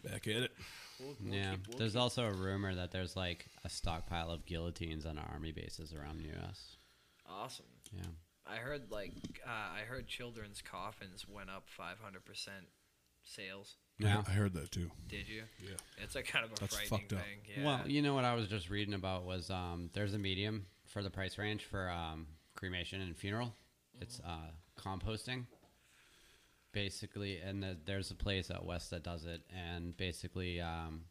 Back at it. We'll, Yeah, there's also a rumor that there's like a stockpile of guillotines on army bases around the U.S. awesome. Yeah, I heard like uh, I heard children's coffins went up 500 percent sales. Yeah. I heard that too. Did you? Yeah. It's like kind of a That's frightening fucked up. thing. Yeah. Well, you know what I was just reading about was um, there's a medium for the price range for um, cremation and funeral. It's Mm-hmm. uh, composting, basically, and the, there's a place out west that does it, and basically um,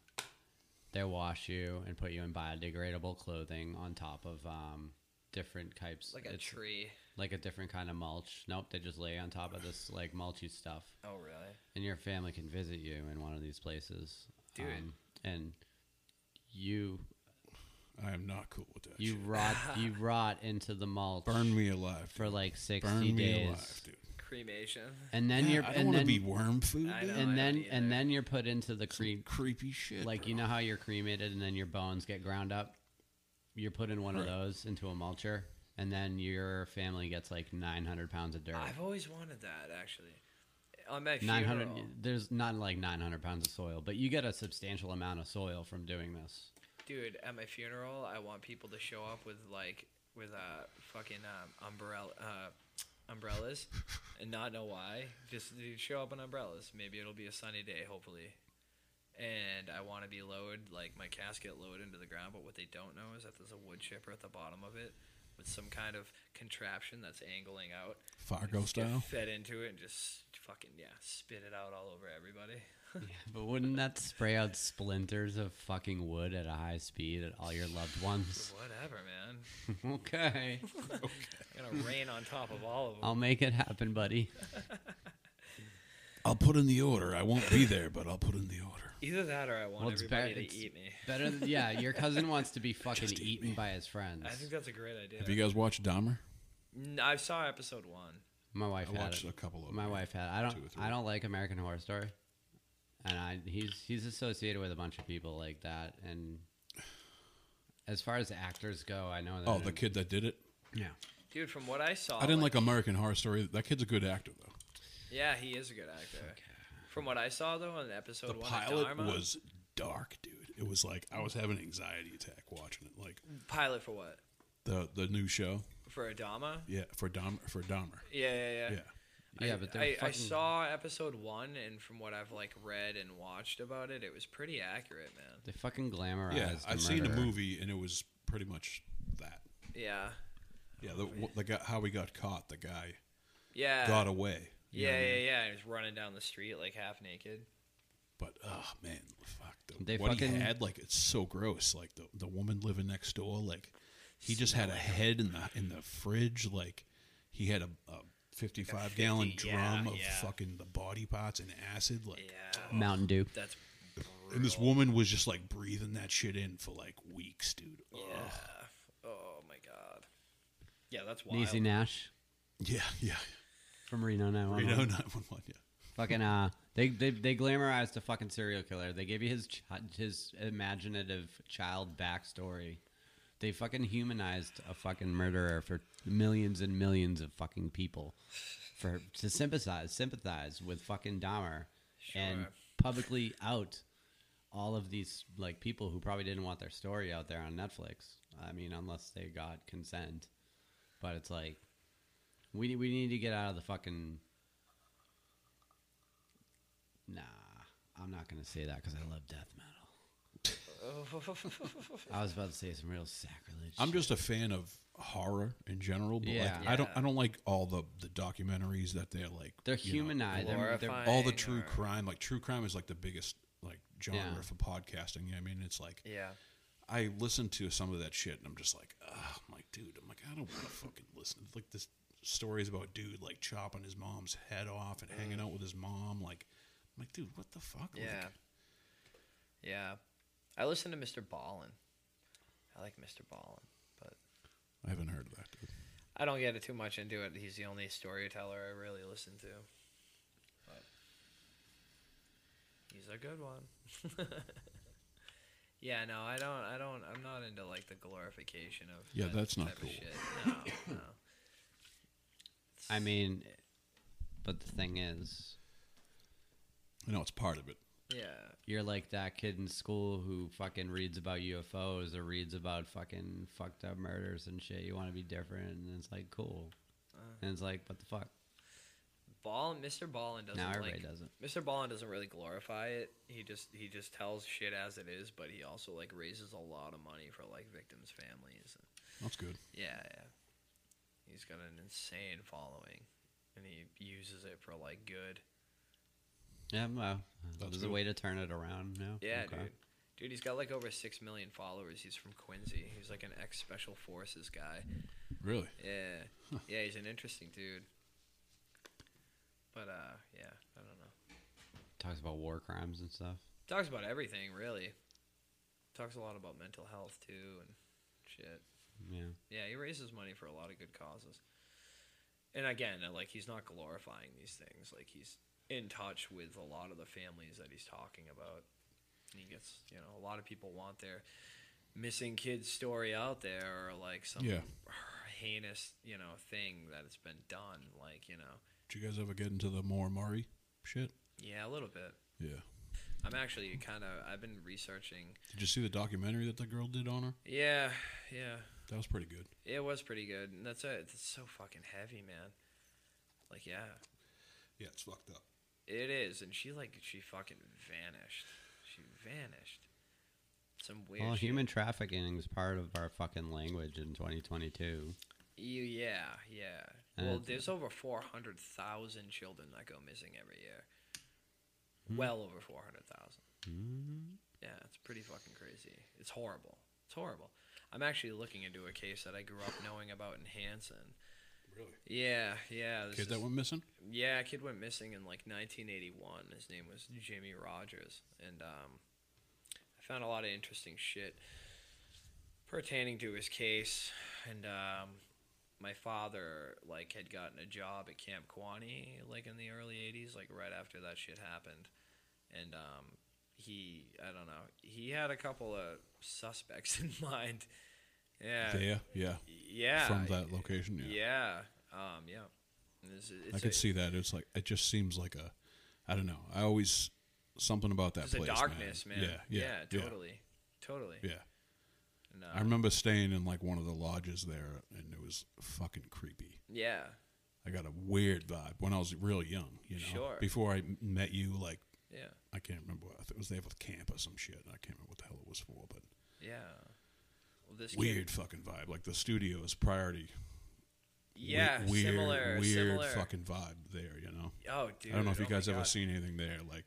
they wash you and put you in biodegradable clothing on top of um, different types. like a it's- tree. like a different kind of mulch. Nope, they just lay on top of this like mulchy stuff, Oh really? and your family can visit you in one of these places, Um, Dude. and you I am not cool with that. you shit. rot you rot into the mulch burn me alive. for dude. like sixty burn days, me alive, dude. Cremation. and then Yeah, you're I don't and want to then be worm food. I dude. know. and then either. and then you're put into the Some cream creepy shit. like you bro. know how you're cremated and then your bones get ground up. You're put in one of Right. those into a mulcher, and then your family gets like nine hundred pounds of dirt. I've always wanted that actually. On my Nine funeral. hundred. There's not like nine hundred pounds of soil, but you get a substantial amount of soil from doing this. Dude, at my funeral, I want people to show up with like with uh fucking um, umbrella uh, umbrellas, and not know why. Just they show up in umbrellas. Maybe it'll be a sunny day, hopefully. And I want to be lowered like my casket lowered into the ground. But what they don't know is that there's a wood chipper at the bottom of it with some kind of contraption that's angling out. Fargo Just get style. Fed into it and just fucking yeah, spit it out all over everybody. But wouldn't that spray out splinters of fucking wood at a high speed at all your loved ones? Whatever, man. okay. Gonna rain on top of all of them. Um, I'll make it happen, buddy. I'll put in the order. I won't be there, but I'll put in the order. Either that or I want Well, it's everybody better- to it's- eat me. Better than, yeah, your cousin wants to be fucking Just eat eaten me. by his friends. I think that's a great idea. Have you guys watched Dahmer? N- I saw episode one. My I wife had watched it. a couple of My them. wife had. I don't. two or three. I don't like American Horror Story, and I he's he's associated with a bunch of people like that. And as far as actors go, I know that. Oh, the kid that did it. Yeah. Dude, from what I saw, I didn't like American Horror Story. That kid's a good actor though. Yeah, he is a good actor. From what I saw though, in episode The one, pilot of Dharma, was dark, dude. It was like I was having an anxiety attack watching it. Like pilot for what? the the new show. For Adama? Yeah, for Dahmer. For Dahmer. Yeah, yeah, yeah. Yeah. Yeah, I, but I, they're I fucking- saw episode one, and from what I've like read and watched about it, it was pretty accurate, man. They fucking glamorized. Yeah. the I've seen a murderer. movie and it was pretty much that. Yeah, Yeah. The, wh- the guy, how he got caught. The guy yeah, got away. you Uh, yeah, know what I yeah, mean? yeah. He was running down the street like half naked. But oh man, fuck. The, They what he fucking- had, like, it's so gross. Like the the woman living next door, like he just had a head in the in the fridge. Like he had a. a 55 gallon 50, yeah, drum of yeah. fucking the body parts and acid like Yeah, Mountain Dew. that's and this woman was just like breathing that shit in for like weeks dude Ugh. yeah. Oh my god. Yeah, that's wild. Niecy Nash yeah yeah from Reno now. you know 911 yeah Fucking uh, they they they glamorized a fucking serial killer. They gave you his chi- his imaginative child backstory. They fucking humanized a fucking murderer for millions and millions of fucking people, for to sympathize sympathize with fucking Dahmer, and Sure. publicly out all of these like people who probably didn't want their story out there on Netflix. I mean, unless they got consent, but it's like we need- we need to get out of the fucking. Nah, I'm not gonna say that because I love death metal. I was about to say some real sacrilege. I'm just a fan of horror in general, but like Yeah. I don't I don't like all the the documentaries that they're like they're you know, humanized. They're, they're, glorifying- all the thing true or- crime, like true crime is like the biggest like genre Yeah. for podcasting. You know what I mean, it's like Yeah. I listen to some of that shit and I'm just like, Ugh, I'm like, dude, I'm like, I don't want to fucking listen. It's like this stories about dude like chopping his mom's head off and hanging out with his mom. Like, I'm like, dude, what the fuck? Like, Mm. Yeah. Yeah. I listen to Mr. Ballin. I like Mr. Ballin, but I haven't heard of that. Dude. I don't get too much into it. He's the only storyteller I really listen to. But he's a good one. yeah, no, I don't I don't I'm not into like the glorification of Yeah, that that's not type of cool. shit. No, no. I mean, but the thing is, I know it's part of it. Yeah. you're like that kid in school who fucking reads about UFOs or reads about fucking fucked up murders and shit. You want to be different, and it's like cool, Uh, and it's like what the fuck. Ball Mr. Ballin doesn't Now like everybody does it. Mr. Ballin doesn't really glorify it. He just he just tells shit as it is, but he also like raises a lot of money for like victims' families. That's good. Yeah, yeah. He's got an insane following, and he uses it for like good. Yeah, well, That's there's cool. a way to turn it around now. Yeah, Okay. dude. Dude, he's got like over six million followers. He's from Quincy. He's like an ex special forces guy. Really? Yeah, yeah, he's an interesting dude. But uh, yeah, I don't know. Talks about war crimes and stuff. Talks about everything, really. Talks a lot about mental health too and shit. Yeah. Yeah, he raises money for a lot of good causes. And again, uh, like he's not glorifying these things. Like he's in touch with a lot of the families that he's talking about. And he gets, you know, a lot of people want their missing kids story out there or like some Yeah. heinous, you know, thing that's been done. Like, you know, Did you guys ever get into the more Murray shit? yeah, a little bit. Yeah. I'm actually kind of, I've been researching. Did you see the documentary that the girl did on her? Yeah, yeah. That was pretty good. It was pretty good. And that's it. It's so fucking heavy, man. Like, yeah. Yeah, it's fucked up. It is, and she like she fucking vanished. She vanished. Some weird. Well, shit. Oh, human trafficking is part of our fucking language in 2022. You, yeah, yeah. And well, it's- there's over four hundred thousand children that go missing every year. well over four hundred thousand. Mm-hmm. Yeah, it's pretty fucking crazy. It's horrible. It's horrible. I'm actually looking into a case that I grew up knowing about in Hanson. Really? Yeah, yeah. this Kid that is- went missing? yeah, a kid went missing in like 1981. His name was Jimmy Rogers, and um, I found a lot of interesting shit pertaining to his case. And um, my father like had gotten a job at Camp Quaney like in the early 80s, like right after that shit happened, and um, he I don't know he had a couple of suspects in mind. Yeah, Yeah, yeah. yeah, From that location, yeah. yeah, um, yeah. It's, it's I could a- see that. It's like it just seems like a, I don't know. I always something about that It's a place. darkness, man. Yeah, yeah, yeah. totally, totally. Yeah. And, I uh, remember staying in like one of the lodges there, and it was fucking creepy. yeah, I got a weird vibe when I was real young. You know, Sure. before I m- met you, like yeah, I can't remember. What, I think it was there with camp or some shit. and I can't remember what the hell it was for, but yeah. Well, this kid- weird fucking vibe. Like the studio is priority. We- yeah, weird, similar, weird similar. fucking vibe there. You know, Oh, dude. I don't know if you oh my guys ever God. seen anything there. Like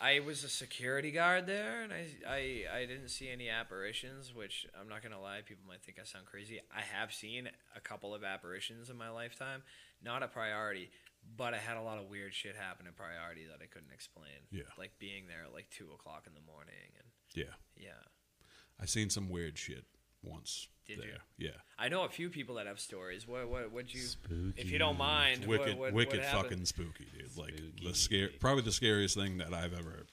I was a security guard there, and I, I, I didn't see any apparitions. Which I'm not gonna lie, people might think I sound crazy. I have seen a couple of apparitions in my lifetime, not a priority, but I had a lot of weird shit happen in priority that I couldn't explain. Yeah. like being there at like two o'clock in the morning, and yeah, yeah. I seen some weird shit once. Did there. Yeah. I know a few people that have stories. What what would you Spooky. if you don't mind? what- what, wicked, what wicked, happened? fucking spooky, dude. Like Spooky. the scare, probably the scariest thing that I've ever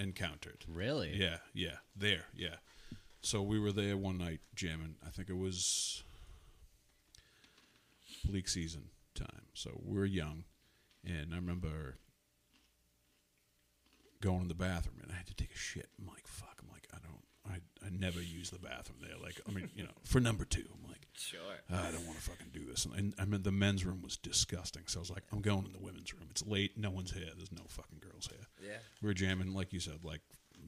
encountered. Really? Yeah, yeah, there, yeah. So we were there one night jamming. I think it was bleak season time. So we're young, and I remember going in the bathroom, and I had to take a shit. I'm like, fuck. I'm like, I don't. I, I never use the bathroom there. Like, I mean, you know, for number two, I'm like, Sure. I don't want to fucking do this. And, and I mean, the men's room was disgusting. So I was like, I'm going in the women's room. It's late. No one's here. There's no fucking girls here. Yeah. We were jamming, like you said, like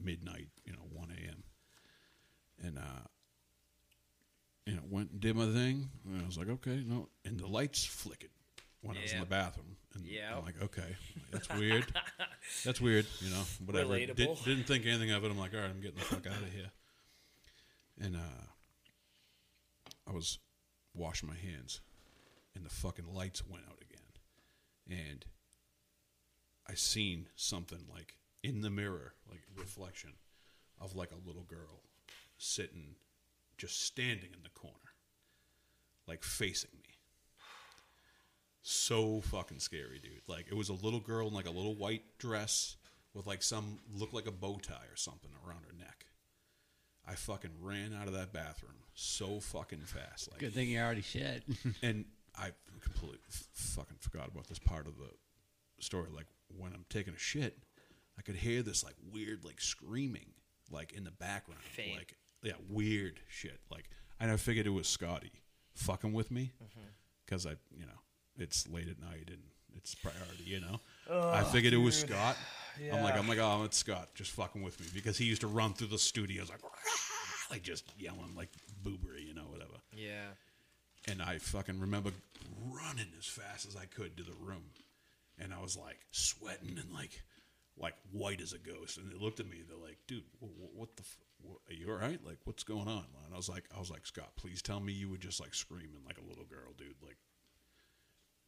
midnight, you know, 1 a.m. And, uh, you know, went and did my thing. And I was like, okay, no. And the lights flickered when I was in Yeah. the bathroom. And Yeah. I'm like, okay, that's weird. that's weird, you know, whatever. Did, Relatable. didn't think anything of it. I'm like, all right, I'm getting the fuck out of here. And, uh, I was washing my hands and the fucking lights went out again. And I seen something like in the mirror, like reflection of like a little girl sitting just standing in the corner, like facing me. So fucking scary, dude. Like it was a little girl in like a little white dress with like some looked like a bow tie or something around her neck. I fucking ran out of that bathroom so fucking fast. Like Good thing you already shit. and I completely f- fucking forgot about this part of the story. Like when I'm taking a shit, I could hear this like weird like screaming like in the background. Faint. Like yeah, weird shit. Like and I figured it was Scotty fucking with me because I you know it's late at night and it's priority. You know, I figured it was Scott. I'm like I'm like oh it's Scott just fucking with me because he used to run through the studios like like just yelling like boobery you know whatever. Yeah. And I fucking remember running as fast as I could to the room. And I was like sweating and like like white as a ghost. And they looked at me. They're like, "Dude, what, what the? F- wha- are you all right? Like, what's going on?" And I was like, "I was like, Scott, please tell me you were just like screaming like a little girl, dude." Like,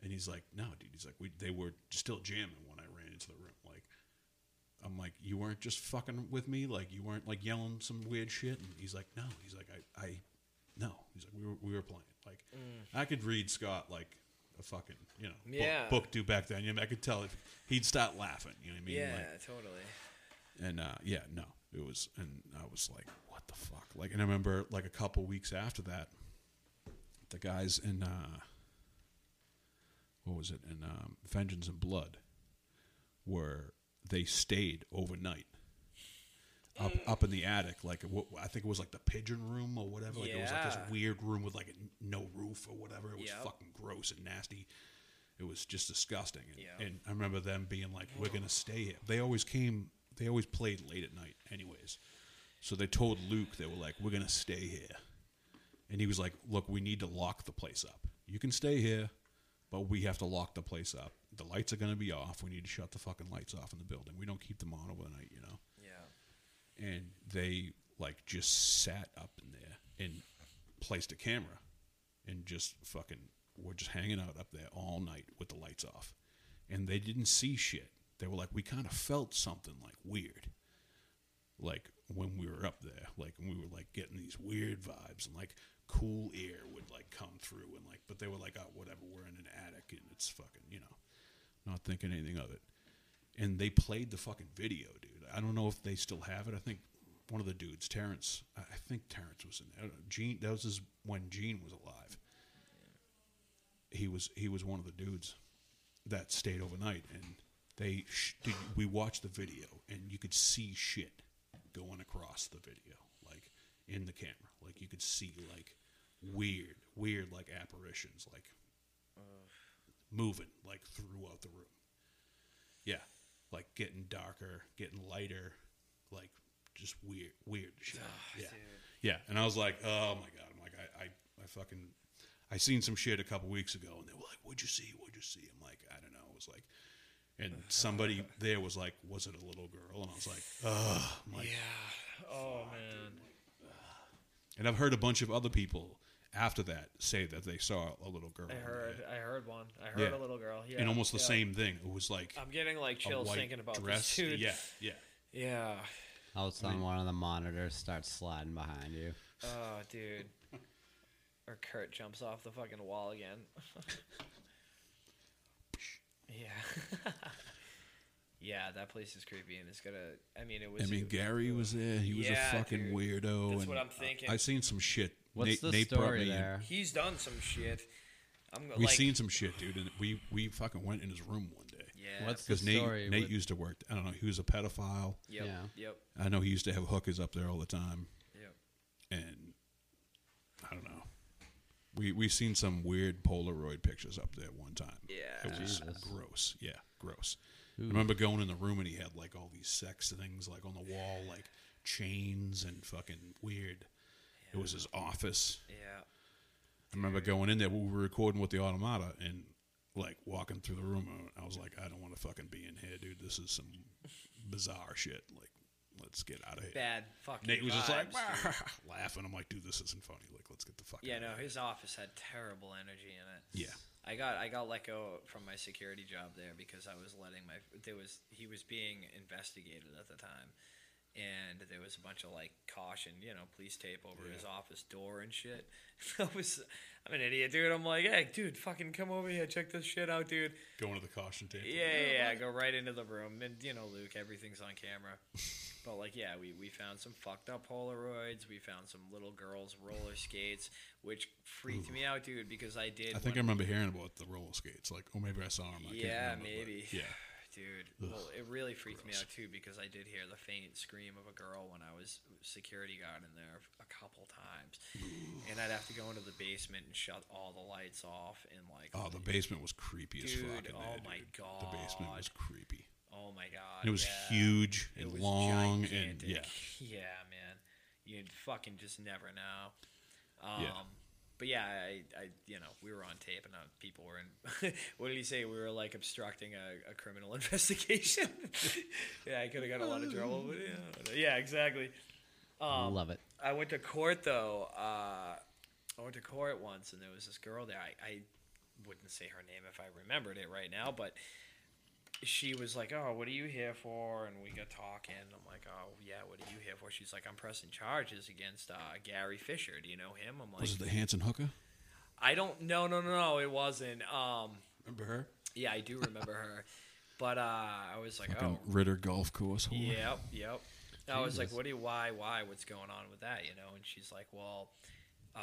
and he's like, "No, dude." He's like, "We they were still jamming when I ran into the room." Like, I'm like, "You weren't just fucking with me? Like, you weren't like yelling some weird shit?" And he's like, "No." He's like, "I, I, no." He's like, "We were we were playing." Like, I could read Scott like a fucking you know book- Mm. Yeah. book, do back then. You know, I could tell if he'd start laughing. You know what I mean? Yeah. Like, totally. and uh, yeah, no, it was, and I was like, what the fuck? Like, and I remember like a couple weeks after that, the guys in uh, what was it in um, Vengeance and Blood were they stayed overnight. Up, up in the attic, like what, I think it was like the pigeon room or whatever. Like it was like this Yeah. weird room with like no roof or whatever. It was Yep. fucking gross and nasty. It was just disgusting. And, Yeah. and I remember them being like, "We're gonna stay here." They always came. They always played late at night, anyways. So they told Luke they were like, "We're gonna stay here," and he was like, "Look, we need to lock the place up. You can stay here, but we have to lock the place up. the lights are going to be off. We need to shut the fucking lights off in the building. We don't keep them on overnight, you know. Yeah. And they like just sat up in there and placed a camera and just fucking were just hanging out up there all night with the lights off. And they didn't see shit. They were like, we kind of felt something like weird. Like when we were up there, like we were like getting these weird vibes and like cool air would like come through and like, but they were like, oh, whatever, we're in an attic and it's fucking, you know, not thinking anything of it. And they played the fucking video, dude. I don't know if they still have it. I think one of the dudes, Terrence, I I think Terrence was in there. I don't know. Gene, that was his, when Gene was alive. He was he was one of the dudes that stayed overnight, and they sh- did, we watched the video, and you could see shit going across the video, like in the camera, like you could see like weird, weird like apparitions, like moving like throughout the room. Yeah, like getting darker, getting lighter, like just weird, weird shit. yeah, yeah. And I was like, oh my god, I'm like, I, I, I fucking, I seen some shit a couple weeks ago, and they were like, what'd you see? What'd you see? I'm like, I don't know. It was like, and somebody there was like, was it a little girl? And I was like, ugh. I'm like, Oh man. And I've heard a bunch of other people after that say that they saw a little girl. I in heard. there. I heard one. I heard Yeah. a little girl. Yeah. and almost the yeah. same thing. It was like I'm getting like a chills white thinking about this dress. dude. Yeah, yeah. Yeah. Else on one of the monitors starts sliding behind you. Oh, dude. or Kurt jumps off the fucking wall again. yeah. yeah, that place is creepy, and it's gonna. I mean, it was. I mean, Gary was there. He was Yeah, a fucking dude. weirdo. That's and what I'm thinking. I, have seen some shit. What's Nate, the Nate brought story me in. there? He's done some shit. I'm go- We like, seen some shit, dude, and we we fucking went in his room one day. Yeah. What's the Because Nate story? Nate with- used to work. I don't know. He was a pedophile. Yep. Yeah. Yep. I know he used to have hookers up there all the time, Yep. and I don't know. We we seen some weird Polaroid pictures up there one time. Yeah. It was gross. Yeah, gross. I remember going in the room and he had like all these sex things like on the wall, like chains and fucking weird. It was his office. Yeah. I remember going in there. We were recording with the automata and like walking through the room. I- I was like, I don't want to fucking be in here, dude. This is some bizarre shit. Like, let's get out of here. Bad fucking. Nate was just like vibes, dude. laughing. I'm like, dude, this isn't funny. Like, let's get the fuck. Yeah, out no, of here. his office had terrible energy in it. Yeah. I got I got let go from my security job there because I was letting my there was he was being investigated at the time, and there was a bunch of like caution, you know, police tape over his office door and shit. I was I'm an idiot, dude. I'm like, hey, dude, fucking come over here, check this shit out, dude. Going to the caution tape. Yeah, yeah, yeah, go right into the room, and you know, Luke, everything's on camera. but like, yeah, we we found some fucked up Polaroids. We found some little girls roller skates, which freaked me out, dude, because I did. I think I one- remember hearing about the roller skates. Like, oh, maybe I saw them. I can't yeah, remember, but- maybe. Yeah. Dude, well, it really freaked me out too because I did hear the faint scream of a girl when I was security guard in there a couple times, and I'd have to go into the basement and shut all the lights off and like, Oh, the basement was creepy as Dude, fuck. in oh there, my dude. The basement was God. creepy. oh my god, And it was yeah. huge and was long gigantic. and yeah. yeah, man, you'd fucking just never know. Um, Yeah. But yeah, I, I, you know, we were on tape and uh, people were in. what did he say? We were like obstructing a, a criminal investigation. yeah, I could have got a lot of trouble. But yeah, yeah, exactly. Oh, Um, Love it. I went to court though. Uh, I went to court once, and there was this girl there. I, I wouldn't say her name if I remembered it right now, but she was like, "Oh, what are you here for?" And we got talking. and I'm like, "Oh, yeah, what are you here for?" She's like, "I'm pressing charges against uh, Gary Fisher. Do you know him?" I'm like, Was it the Hanson hooker? "I don't. No, no, no, no. It wasn't. Um, Remember her? yeah, I do remember her, but uh, I was like, Fucking oh, Ritter golf course. whore. Yep, yep. I was like, Jesus. "What do you? Why? Why? What's going on with that?" You know, and she's like, "Well, uh,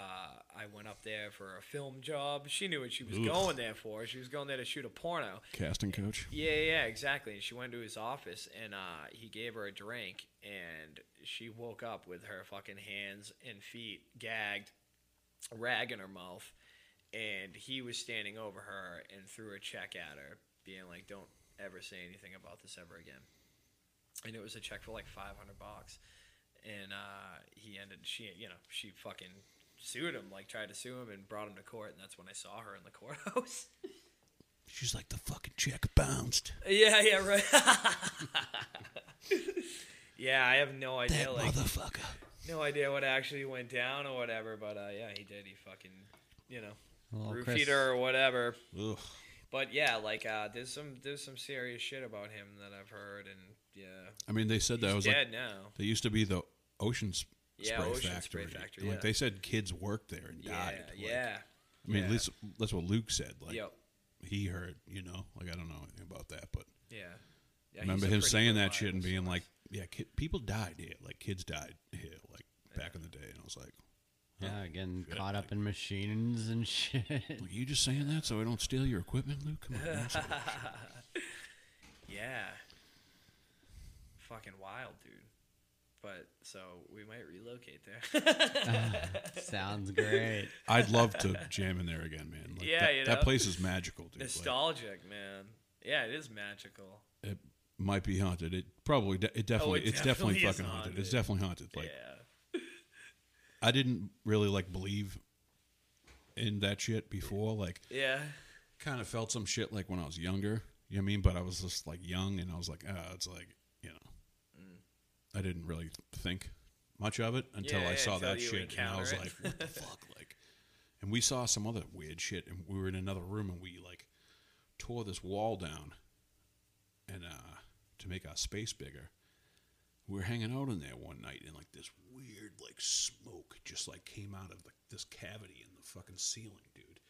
I went up there for a film job. She knew what she was Oof. going there for. She was going there to shoot a porno." Casting coach. Yeah, yeah, yeah, exactly. And she went to his office, and uh, he gave her a drink, and she woke up with her fucking hands and feet gagged, a rag in her mouth, and he was standing over her and threw a check at her, being like, "Don't ever say anything about this ever again." And it was a check for like five hundred bucks, and uh, he ended. She, you know, she fucking sued him, like tried to sue him, and brought him to court, and that's when I saw her in the courthouse. She's like, the fucking check bounced. Yeah, yeah, right. yeah, I have no idea. That like, motherfucker. no idea what actually went down or whatever. But uh, yeah, he did. He fucking, you know, Well, roof Chris- heater or whatever. Ugh. But yeah, like uh, there's some there's some serious shit about him that I've heard, and yeah, I mean, they said that he's was like dead now. They used to be the Ocean Spray, Yeah, Ocean Factory. Spray Factory, And, Like yeah. they said, kids worked there and Yeah, died. Like, yeah, I mean, yeah. at least that's what Luke said. Like yep, he heard, you know. Like I don't know anything about that, but yeah. yeah I remember he's a him pretty saying that reliable shit and being source. like, "Yeah, kid, people died here. Like kids died here. Like back in the day." And I was like, Yeah, getting shit, caught like- up in machines and shit. "Like you just saying that so I don't steal your equipment, Luke? Come on." man." So- Yeah. Fucking wild, dude. But so we might relocate there. Sounds great. I'd love to jam in there again, man. Like, Yeah, that, you that know? place is magical, dude. Like, Nostalgic, man. Yeah, it is magical. it might be haunted. It probably, de- it definitely, Oh, it it's definitely, definitely is fucking haunted. It's haunted. definitely haunted. Like yeah. I didn't really like believe in that shit before. Like, Yeah. kind of felt some shit like when I was younger. You know what I mean? But I was just like young, and I was like, ah, it's like you know, Mm. I didn't really think much of it until Yeah, I yeah, saw until that you shit, and I was encounter like, it. what the fuck, like. And we saw some other weird shit, and we were in another room, and we like tore this wall down, and uh, to make our space bigger. We were hanging out in there one night, and like this weird like smoke just like came out of like this cavity in the fucking ceiling, dude.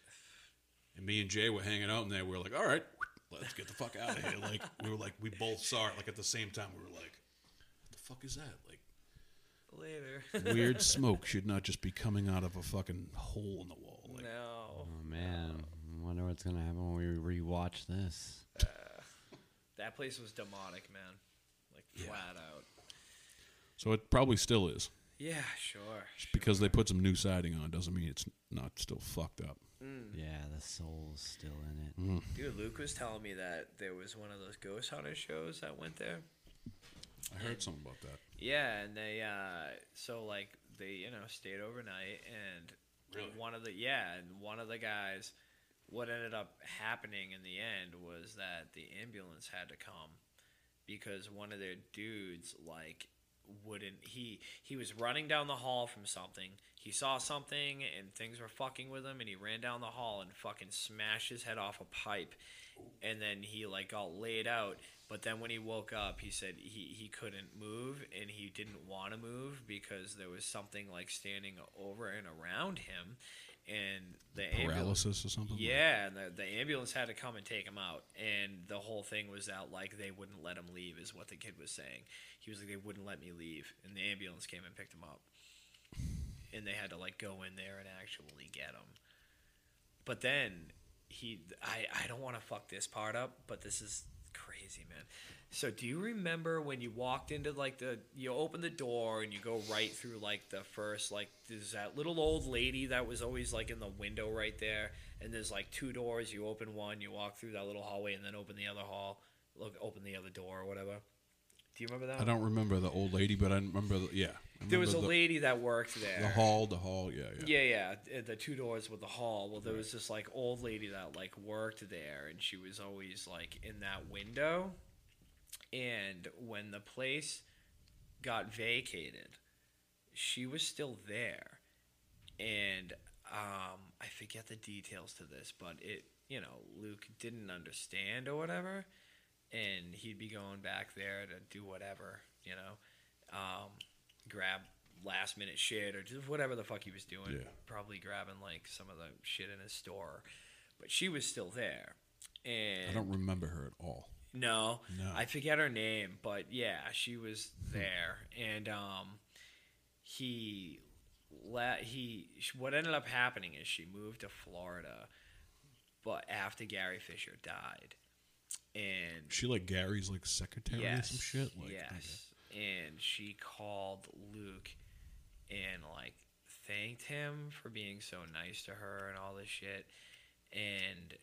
And me and Jay were hanging out in there. We were like, all right, let's get the fuck out of here. Like, we were like, we both saw it. Like, at the same time, we were like, what the fuck is that? Like, Later. weird smoke should not just be coming out of a fucking hole in the wall. Like, no. Oh man, I wonder what's gonna happen when we rewatch this. That place was demonic, man. Like flat out. So it probably still is. Yeah, sure. Just because they put some new siding on doesn't mean it's not still fucked up. Yeah, the soul's still in it. Dude, Luke was telling me that there was one of those ghost hunter shows that went there. I heard something about that. Yeah, and they uh so like they you know stayed overnight and Really? one of the yeah and one of the guys what ended up happening in the end was that the ambulance had to come because one of their dudes like wouldn't he he was running down the hall from something he saw something and things were fucking with him and he ran down the hall and fucking smashed his head off a pipe and then he like got laid out but then when he woke up he said he, he couldn't move and he didn't want to move because there was something like standing over and around him and the ambulance Paralysis or something? yeah, and the, the ambulance had to come and take him out, and the whole thing was that like they wouldn't let him leave, is what the kid was saying. He was like, they wouldn't let me leave, and the ambulance came and picked him up, and they had to like go in there and actually get him. But then he, I, I don't want to fuck this part up, but this is crazy, man. So do you remember when you walked into like the, you open the door and you go right through like the first like there's that little old lady that was always like in the window right there, and there's like two doors. You open one, you walk through that little hallway, and then open the other hall, look open the other door or whatever. Do you remember that? I don't remember the old lady, but I remember, the, yeah. I there was a remember the, lady that worked there. The hall, the hall, yeah, yeah. Yeah, yeah. uh, The two doors with the hall. Well, there was this like old lady that like worked there, and she was always like in that window. And when the place got vacated, she was still there. And um, I forget the details to this, but it, you know, Luke didn't understand or whatever, and he'd be going back there to do whatever, you know, um, grab last minute shit or just whatever the fuck he was doing. Yeah. Probably grabbing like some of the shit in his store, but she was still there. And I don't remember her at all. no, No. I forget her name, but yeah, she was there, and um, he let he sh- what ended up happening is she moved to Florida, but after Gary Fisher died, and She like Gary's like secretary or some shit. Like, yes. And she called Luke and like thanked him for being so nice to her and all this shit. And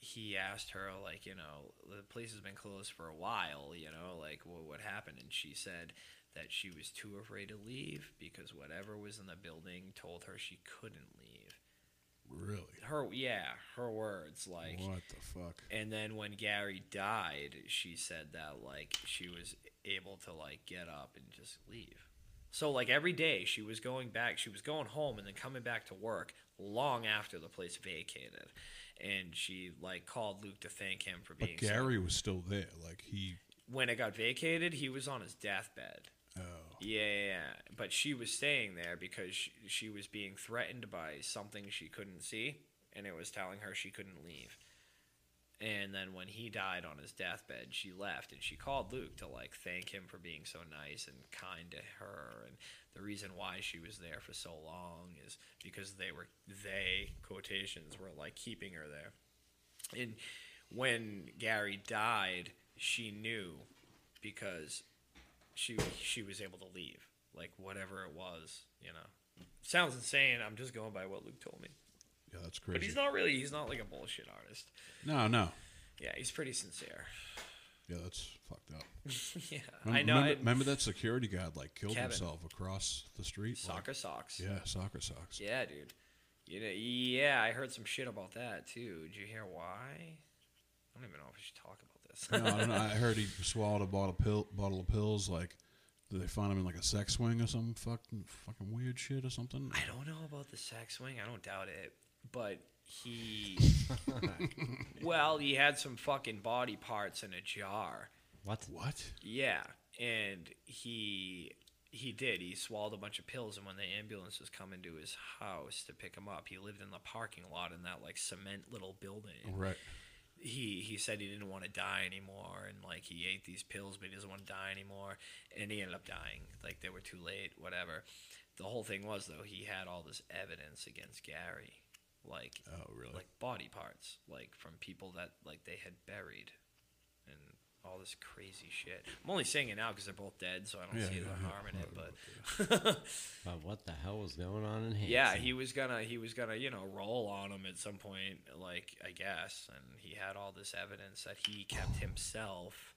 he asked her like, you know, the place has been closed for a while, you know, like what what happened? And she said that she was too afraid to leave because whatever was in the building told her she couldn't leave. Really? her yeah her words like What the fuck? and then when Gary died she said that like she was able to like get up and just leave so like every day she was going back she was going home and then coming back to work long after the place vacated and she like called Luke to thank him for But being so- Gary was still there. Like he. when it got vacated he was on his deathbed Oh, yeah, yeah, yeah. But she was staying there because she, she was being threatened by something she couldn't see, and it was telling her she couldn't leave. And then when he died on his deathbed, she left and she called Luke to like thank him for being so nice and kind to her. And the reason why she was there for so long is because they were they quotations were like keeping her there. And when Gary died, she knew because she she was able to leave. Like whatever it was, you know. Sounds insane. I'm just going by what Luke told me. yeah, that's But crazy. he's not really he's not like a bullshit artist. no, no. Yeah, he's pretty sincere. Yeah, that's fucked up. yeah. Remember, I know Remember, it- remember that security guard like killed Kevin. himself across the street. soccer socks. Like, yeah, soccer socks. Yeah, dude. You know, yeah, I heard some shit about that too. Did you hear why? I don't even know if we should talk about this. No, I, don't know. I heard he swallowed a bottle of pill, bottle of pills. Like, did they find him in like a sex swing or some fucking fucking weird shit or something? I don't know about the sex swing. I don't doubt it, but he. well, he had some fucking body parts in a jar. What? What? Yeah, and he he did. He swallowed a bunch of pills, and when the ambulance was coming to his house to pick him up, he lived in the parking lot in that like cement little building Right. he he said he didn't want to die anymore and like he ate these pills but he doesn't want to die anymore and he ended up dying like they were too late whatever the whole thing was though he had all this evidence against gary like Oh, really? like body parts like from people that like they had buried and all this crazy shit i'm only saying it now because they're both dead so i don't Yeah, see yeah, the yeah. harm in it Right, but But what the hell was going on in Hanson? yeah, he was gonna he was gonna you know roll on him at some point, like I guess, and he had all this evidence that he kept himself.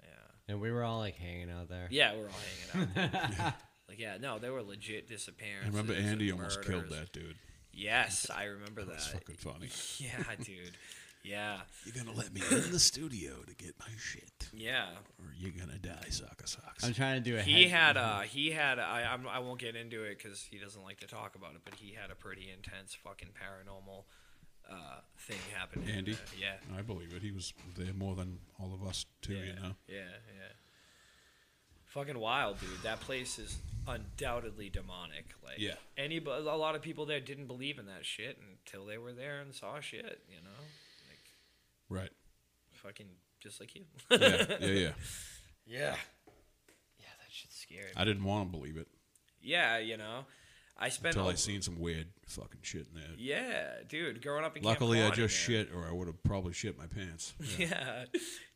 And and we were all like hanging out there. yeah, yeah, we're all hanging out. like yeah, no, they were legit I disappearances. remember and Andy almost killed murders. that dude. Yes, I remember That's that. fucking funny. Yeah, dude. Yeah, You're gonna let me in the studio to get my shit, yeah. or you're gonna die, soccer socks. I'm trying to do a. He had head- uh, a he had a, I I'm, I won't get into it because he doesn't like to talk about it, but he had a pretty intense fucking paranormal uh, thing happen. in Andy? there. Yeah. I believe it. He was there more than all of us too. You know. Yeah, yeah. Fucking wild, dude. That place is undoubtedly demonic. Like, Yeah. Any, a lot of people there didn't believe in that shit until they were there and saw shit. You know, like Right. fucking just like you. Yeah. yeah. Yeah. yeah. Yeah, that shit's scary. I didn't want to believe it yeah, you know, I spent. until I a- seen some weird fucking shit in there. Yeah, dude. Growing up in Camp Luckily, I Quaney, just man. shit, or I would have probably shit my pants. Yeah.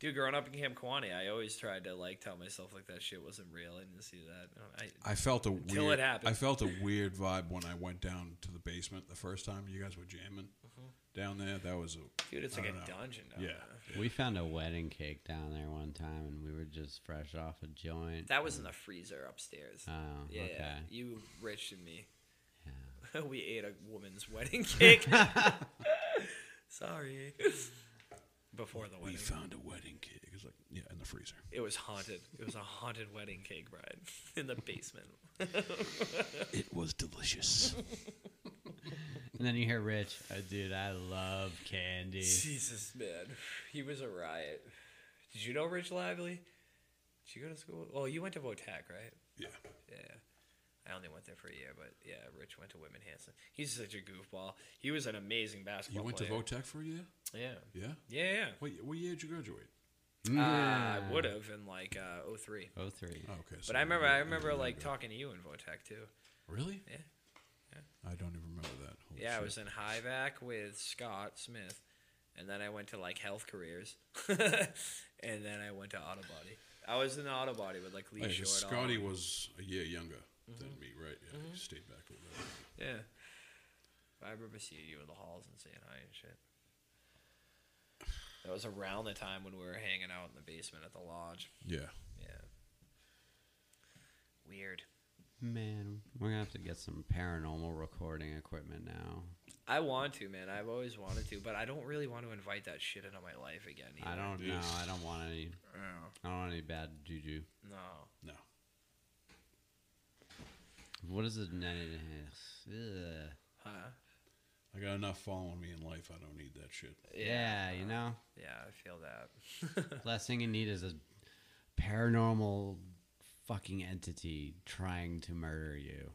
dude. Growing up in Camp Quaney, I always tried to like tell myself like that shit wasn't real. I didn't see that. I, I felt a Until weird. it happened. I felt a weird vibe when I went down to the basement the first time you guys were jamming Mm-hmm. down there. That was a dude, it's I like a don't know. dungeon. down yeah. there. We found a wedding cake down there one time, and we were just fresh off a joint. That was in the freezer upstairs. Oh, yeah, okay. you, Rich, and me. we ate a woman's wedding cake. Sorry. Before the We wedding, found a wedding cake. It was like yeah, in the freezer. it was haunted. It was a haunted wedding cake, Brian, in the basement. It was delicious. And then you hear Rich, oh, dude, I love candy. Jesus, man, he was a riot. Did you know Rich Lively? Did you go to school? Well, you went to Votac, right? Yeah. Yeah. I only went there for a year, but yeah, Rich went to Women Hanson. He's such a goofball. He was an amazing You basketball went to player. Votech for a year? Yeah. Yeah. Yeah, yeah. Wait, what year did you graduate? Uh, I would have in like uh, 03. Mm. Oh three. Oh, okay. so But I remember, you- I you remember didn't like go. talking to you in Votek too. Really? Yeah. I don't even remember that. Holy Yeah, I shit. was in Hivac with Scott Smith, and then I went to like Health Careers, and then I went to Autobody. I was in the Autobody with like Lee Wait, Short. Mm-hmm. all- Scotty was a year younger than me, right? Yeah, he stayed back a little bit. Yeah. I remember seeing you in the halls and saying hi and shit. That was around the time when we were hanging out in the basement at the lodge. Yeah. Yeah. Weird. Man, we're gonna have to get some paranormal recording equipment now. I want to, man. I've always wanted to, but I don't really want to invite that shit into my life again. Either. I don't know. I don't want any. Oh, I don't want any bad juju. no. No. What is it? Ugh. Huh? I got enough following me in life. I don't need that shit. Yeah, you know, Yeah, I feel that. last thing you need is a paranormal fucking entity trying to murder you.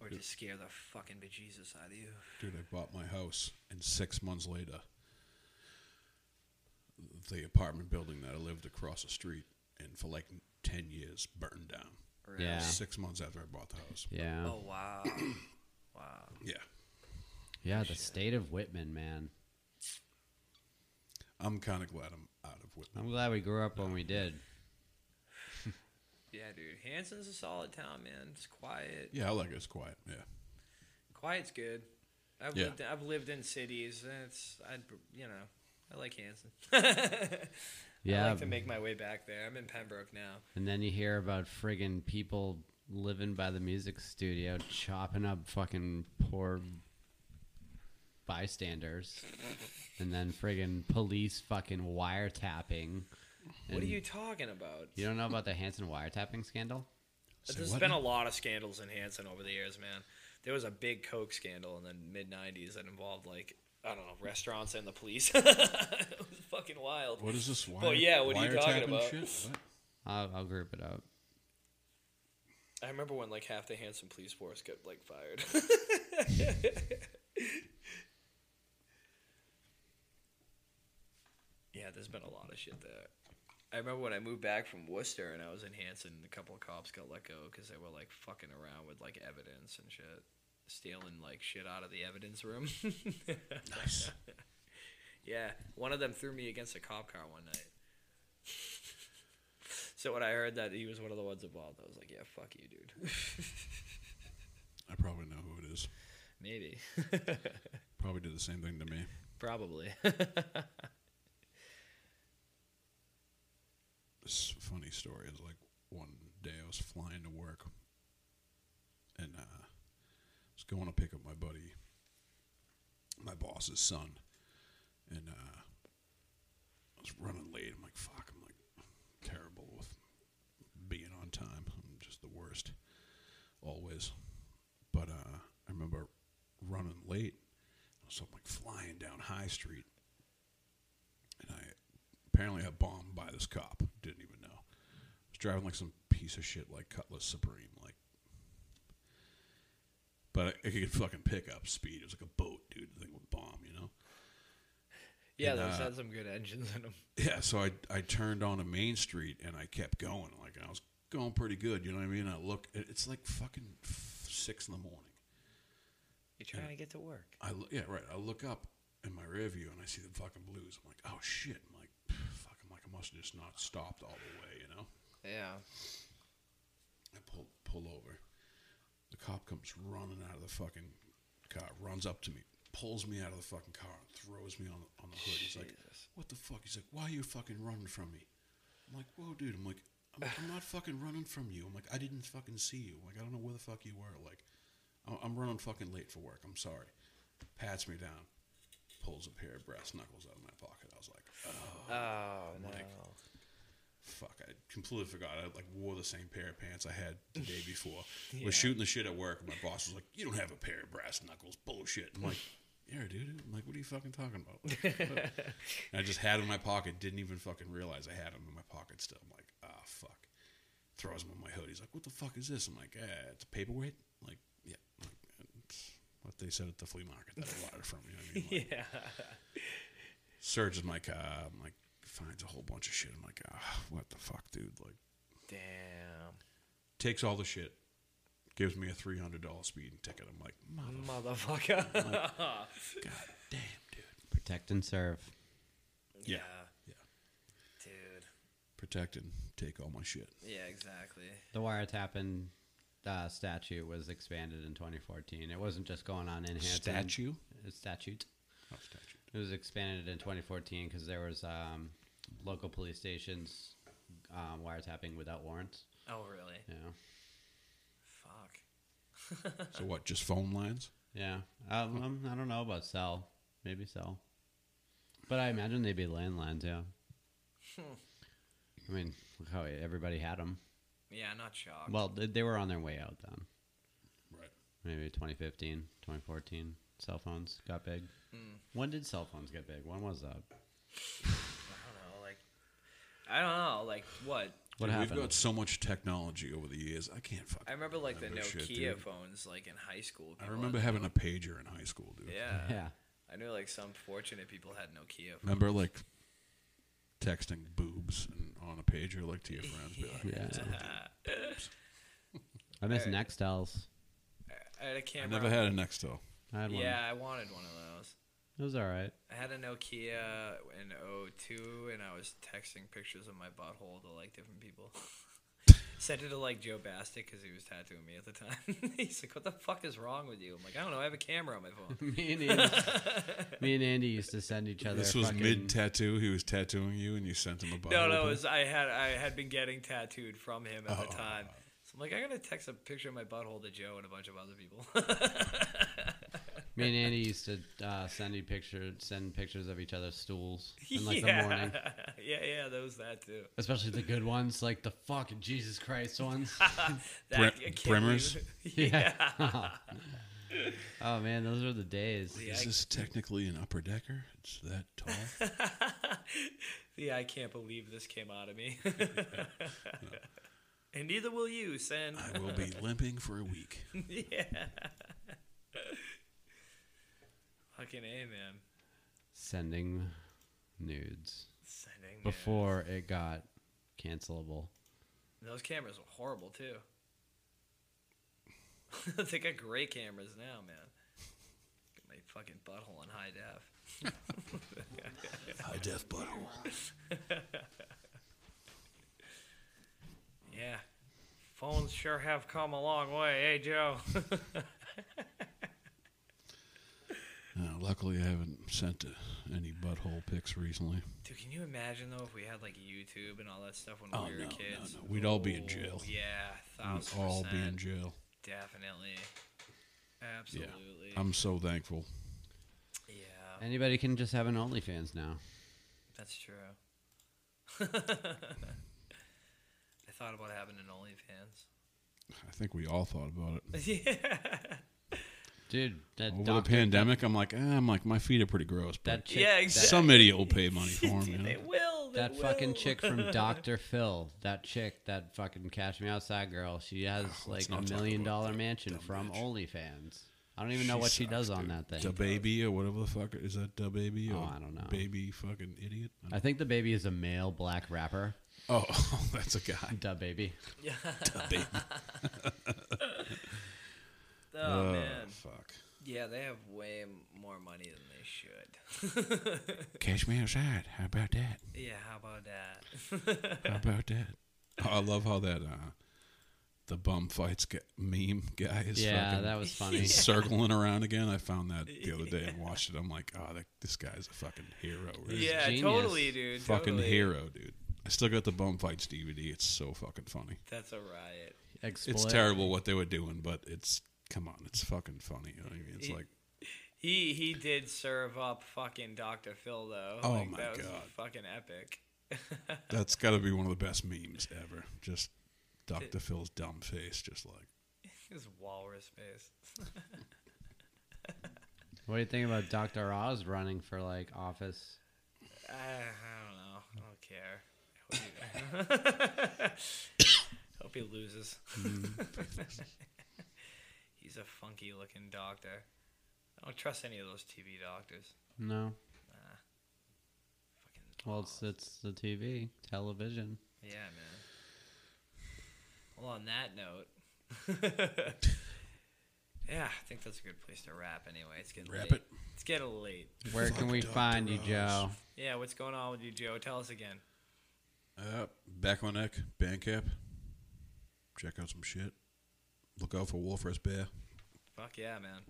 or just scare the fucking bejesus out of you. Dude, I bought my house, and six months later, the apartment building that I lived across the street in for like 10 years burned down. Really? Yeah. Six months after I bought the house. Yeah, Oh wow. wow. Yeah. yeah. The state of Whitman, man. I'm kind of glad I'm out of Whitman. I'm glad we grew up when we did. Yeah, dude. Hanson's a solid town, man. It's quiet. Yeah, I like it. It's quiet. Yeah. Quiet's good. I've Yeah. lived. I've lived in cities. and It's. I. You know. I like Hanson. I Yeah, like to make my way back there. I'm in Pembroke now. and then you hear about friggin' people living by the music studio chopping up fucking poor bystanders, and then friggin' police fucking wiretapping. what And are you talking about? You don't know about the Hanson wiretapping scandal? Say There's what been now? a lot of scandals in Hanson over the years, man. There was a big coke scandal in the mid '90s that involved like I don't know restaurants and the police. it was fucking wild. What is this? Wire, Well, yeah, what are you talking wiretapping about? Shit? What? I'll, I'll group it up. I remember when like half the Hanson police force got like fired. yeah, there's been a lot of shit there. I remember when I moved back from Worcester and I was in Hanson, a couple of cops got let go because they were like fucking around with like evidence and shit, stealing like shit out of the evidence room. Nice. Yeah, one of them threw me against a cop car one night. so when I heard that he was one of the ones involved, I was like, yeah, fuck you, dude. I probably know who it is. Maybe. Probably did the same thing to me. Probably. This funny story is like one day I was flying to work and uh, I was going to pick up my buddy, my boss's son, and uh, I was running late. I'm like, fuck, I'm like terrible with being on time. I'm just the worst, always. But uh, I remember running late, so I'm like flying down High Street, and I apparently got bombed by this cop. Didn't even know. I was driving like some piece of shit like Cutlass Supreme, like. But I, I could fucking pick up speed. It was like a boat, dude. The thing would bomb, you know. yeah, And, those uh, had some good engines in them. Yeah, so I I turned on a main street and I kept going. Like I was going pretty good, you know what I mean? I look, it- it's like fucking f- six in the morning. You're trying to get to work. I lo- yeah right. I look up in my rear view and I see the fucking blues. I'm like, oh shit. I'm like, fuck. I'm like, I must have just not stopped all the way, you know. Yeah. Oh, I pull pull over. The cop comes running out of the fucking car, runs up to me, pulls me out of the fucking car, and throws me on the, on the hood. He's like, Jesus. "What the fuck?" He's like, "Why are you fucking running from me?" I'm like, "Whoa, dude!" I'm like, "I'm, I'm not fucking running from you." I'm like, "I didn't fucking see you. Like, I don't know where the fuck you were. Like, I'm, I'm running fucking late for work. I'm sorry." Pats me down, pulls a pair of brass knuckles out of my pocket. I was like, "Oh." Oh, no. Like- fuck, I completely forgot. I like wore the same pair of pants I had the day before. Was shooting the shit at work, and my boss was like, "You don't have a pair of brass knuckles, bullshit." I'm like, "Yeah, dude." I'm like, "What are you fucking talking about?" And I just had them in my pocket. Didn't even fucking realize I had them in my pocket. Still, I'm like, "Ah, fuck." Throws them on my hood. He's like, "What the fuck is this?" I'm like, eh, "It's a paperweight." I'm like, yeah, I'm like, it's what they said at the flea market that I bought it from. You know what I mean? Like, yeah. Searches my car. I'm like, finds a whole bunch of shit. I'm like, ah, what the fuck, dude? Like. Damn. takes all the shit, gives me a three hundred dollar speeding ticket. I'm like, mother, Motherfucker. god damn, dude. Protect and serve. Yeah. Yeah. Dude. Protect and take all my shit. Yeah, exactly. The wiretapping uh, statute was expanded in 2014. It wasn't just going on in Hanson. Statue? It's Statute. Oh, statue. It was expanded in 2014 because there was um, local police stations um, wiretapping without warrants. Oh, really? Yeah. So what? Just phone lines? Yeah. Hmm. Um, um, I don't know about cell. Maybe cell. But I imagine they'd be landlines, yeah. Hmm. I mean, look how everybody had them. Yeah, not shocked. Well, they, they were on their way out then. Right. Maybe 2015, 2014. Cell phones got big. Hmm. When did cell phones get big? When was that? I don't know, like I don't know, like what? What Dude, happened? We've got so much technology over the years. I can't fucking. I remember like the remember shit, Nokia dude. phones, like in high school. I people remember had- having a pager in high school, dude. Yeah. yeah. I knew like some fortunate people had Nokia. Remember like texting boobs and on a pager like to your friends. Be like, Yeah. "What's up, dude?" I miss Alright. Nextels. I- I had a I camera. never had a Nextel. I had one. Yeah, I wanted one of those. It was all right. I had a Nokia in '02, and I was texting pictures of my butthole to like different people. Sent it to like Joe Bastic because he was tattooing me at the time. He's like, "What the fuck is wrong with you?" I'm like, "I don't know. I have a camera on my phone." me, and Andy, me and Andy used to send each other. This was fucking- mid tattoo. He was tattooing you, and you sent him a bottle. No, no, of it it. was I had I had been getting tattooed from him at Oh. the time. So I'm like, I gotta text a picture of my butthole to Joe and a bunch of other people. Me and Andy used to uh, send you picture, send pictures of each other's stools in like yeah. the morning, yeah, yeah, there was that too. especially the good ones, like the fucking Jesus Christ ones. That, Brim- I can't brimmers? believe- yeah. oh man, those were the days. Yeah. Is this technically an upper decker? It's that tall. yeah, I can't believe this came out of me. and neither will you, Sen. I will be limping for a week. yeah. Fucking A, man. Sending nudes Sending man. before it got cancelable. Those cameras were horrible too. they got great cameras now, man. Get my fucking butthole in high def. High def butthole. Yeah. Phones sure have come a long way, hey Joe. Uh, luckily, I haven't sent uh, any butthole pics recently. Dude, can you imagine though if we had like YouTube and all that stuff when Oh, we were kids? We'd all be in Ooh, jail. Yeah, We'd thousand all be percent. in jail. Definitely. Yeah. Absolutely. Yeah. I'm so thankful. Anybody can just have an OnlyFans now. that's true. I thought about having an OnlyFans. I think we all thought about it. yeah. Dude, that Over doctor, the pandemic, I'm like, eh, I'm like, my feet are pretty gross, that but chick, Yeah, some idiot will pay money for them. You They know? will. They that fucking will. chick from Dr. Phil, that chick, that fucking Cash Me Outside girl, she has like a not talk million about dollar that mansion dumb from bitch. OnlyFans. I don't even know what she does on that thing. The baby or whatever the fuck is that? The baby or Oh, I don't know. Baby fucking idiot. I think the baby is a male black rapper. Oh, that's a guy. Duh, baby. Da baby. Oh, Oh, man. fuck. Yeah, they have way m- more money than they should. Cash me outside. How about that? yeah, how about that? How about that? Oh, I love how that uh, the bum fights g- meme guy is Yeah, fucking that was funny. circling around again. I found that the other day and watched it. I'm like, oh, that, this guy's a fucking hero. Right? yeah, genius. totally, dude. fucking totally. hero, dude. I still got the bum fights DVD. It's so fucking funny. That's a riot. Exploit. It's terrible what they were doing, but it's come on, it's fucking funny. You know what I mean? It's like He he did serve up fucking Dr. Phil though. Oh, like, my that was God. Fucking epic. that's got to be one of the best memes ever. Just Dr. Phil's dumb face, just like His walrus face. What do you think about Dr. Oz running for like office? I, I don't know. I don't care. I Hope he, Hope he loses. He's a funky looking doctor. I don't trust any of those TV doctors. No. Fucking Well, it's it's the TV, television. Yeah, man. Well, on that note, yeah, I think that's a good place to wrap. Anyway, it's getting wrap late. it. It's getting late. Where Fuck can we Dr. find you, Oz. Joe? Yeah, what's going on with you, Joe? Tell us again. Uh, back on neck, Bandcamp. Check out some shit. Look out for Wolf Rest Bear. Fuck yeah, man.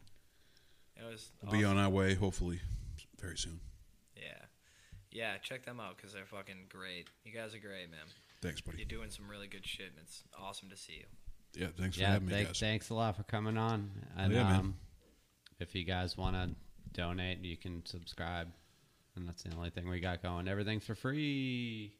It was. We'll awesome. be on our way, hopefully, very soon. Yeah, yeah. Check them out because they're fucking great. You guys are great, man. Thanks, buddy. You're doing some really good shit, and it's awesome to see you. Yeah, thanks for yeah, having me, thank- guys. thanks a lot for coming on. And Yeah, man. um, if you guys want to donate, you can subscribe. And that's the only thing we got going. Everything's for free.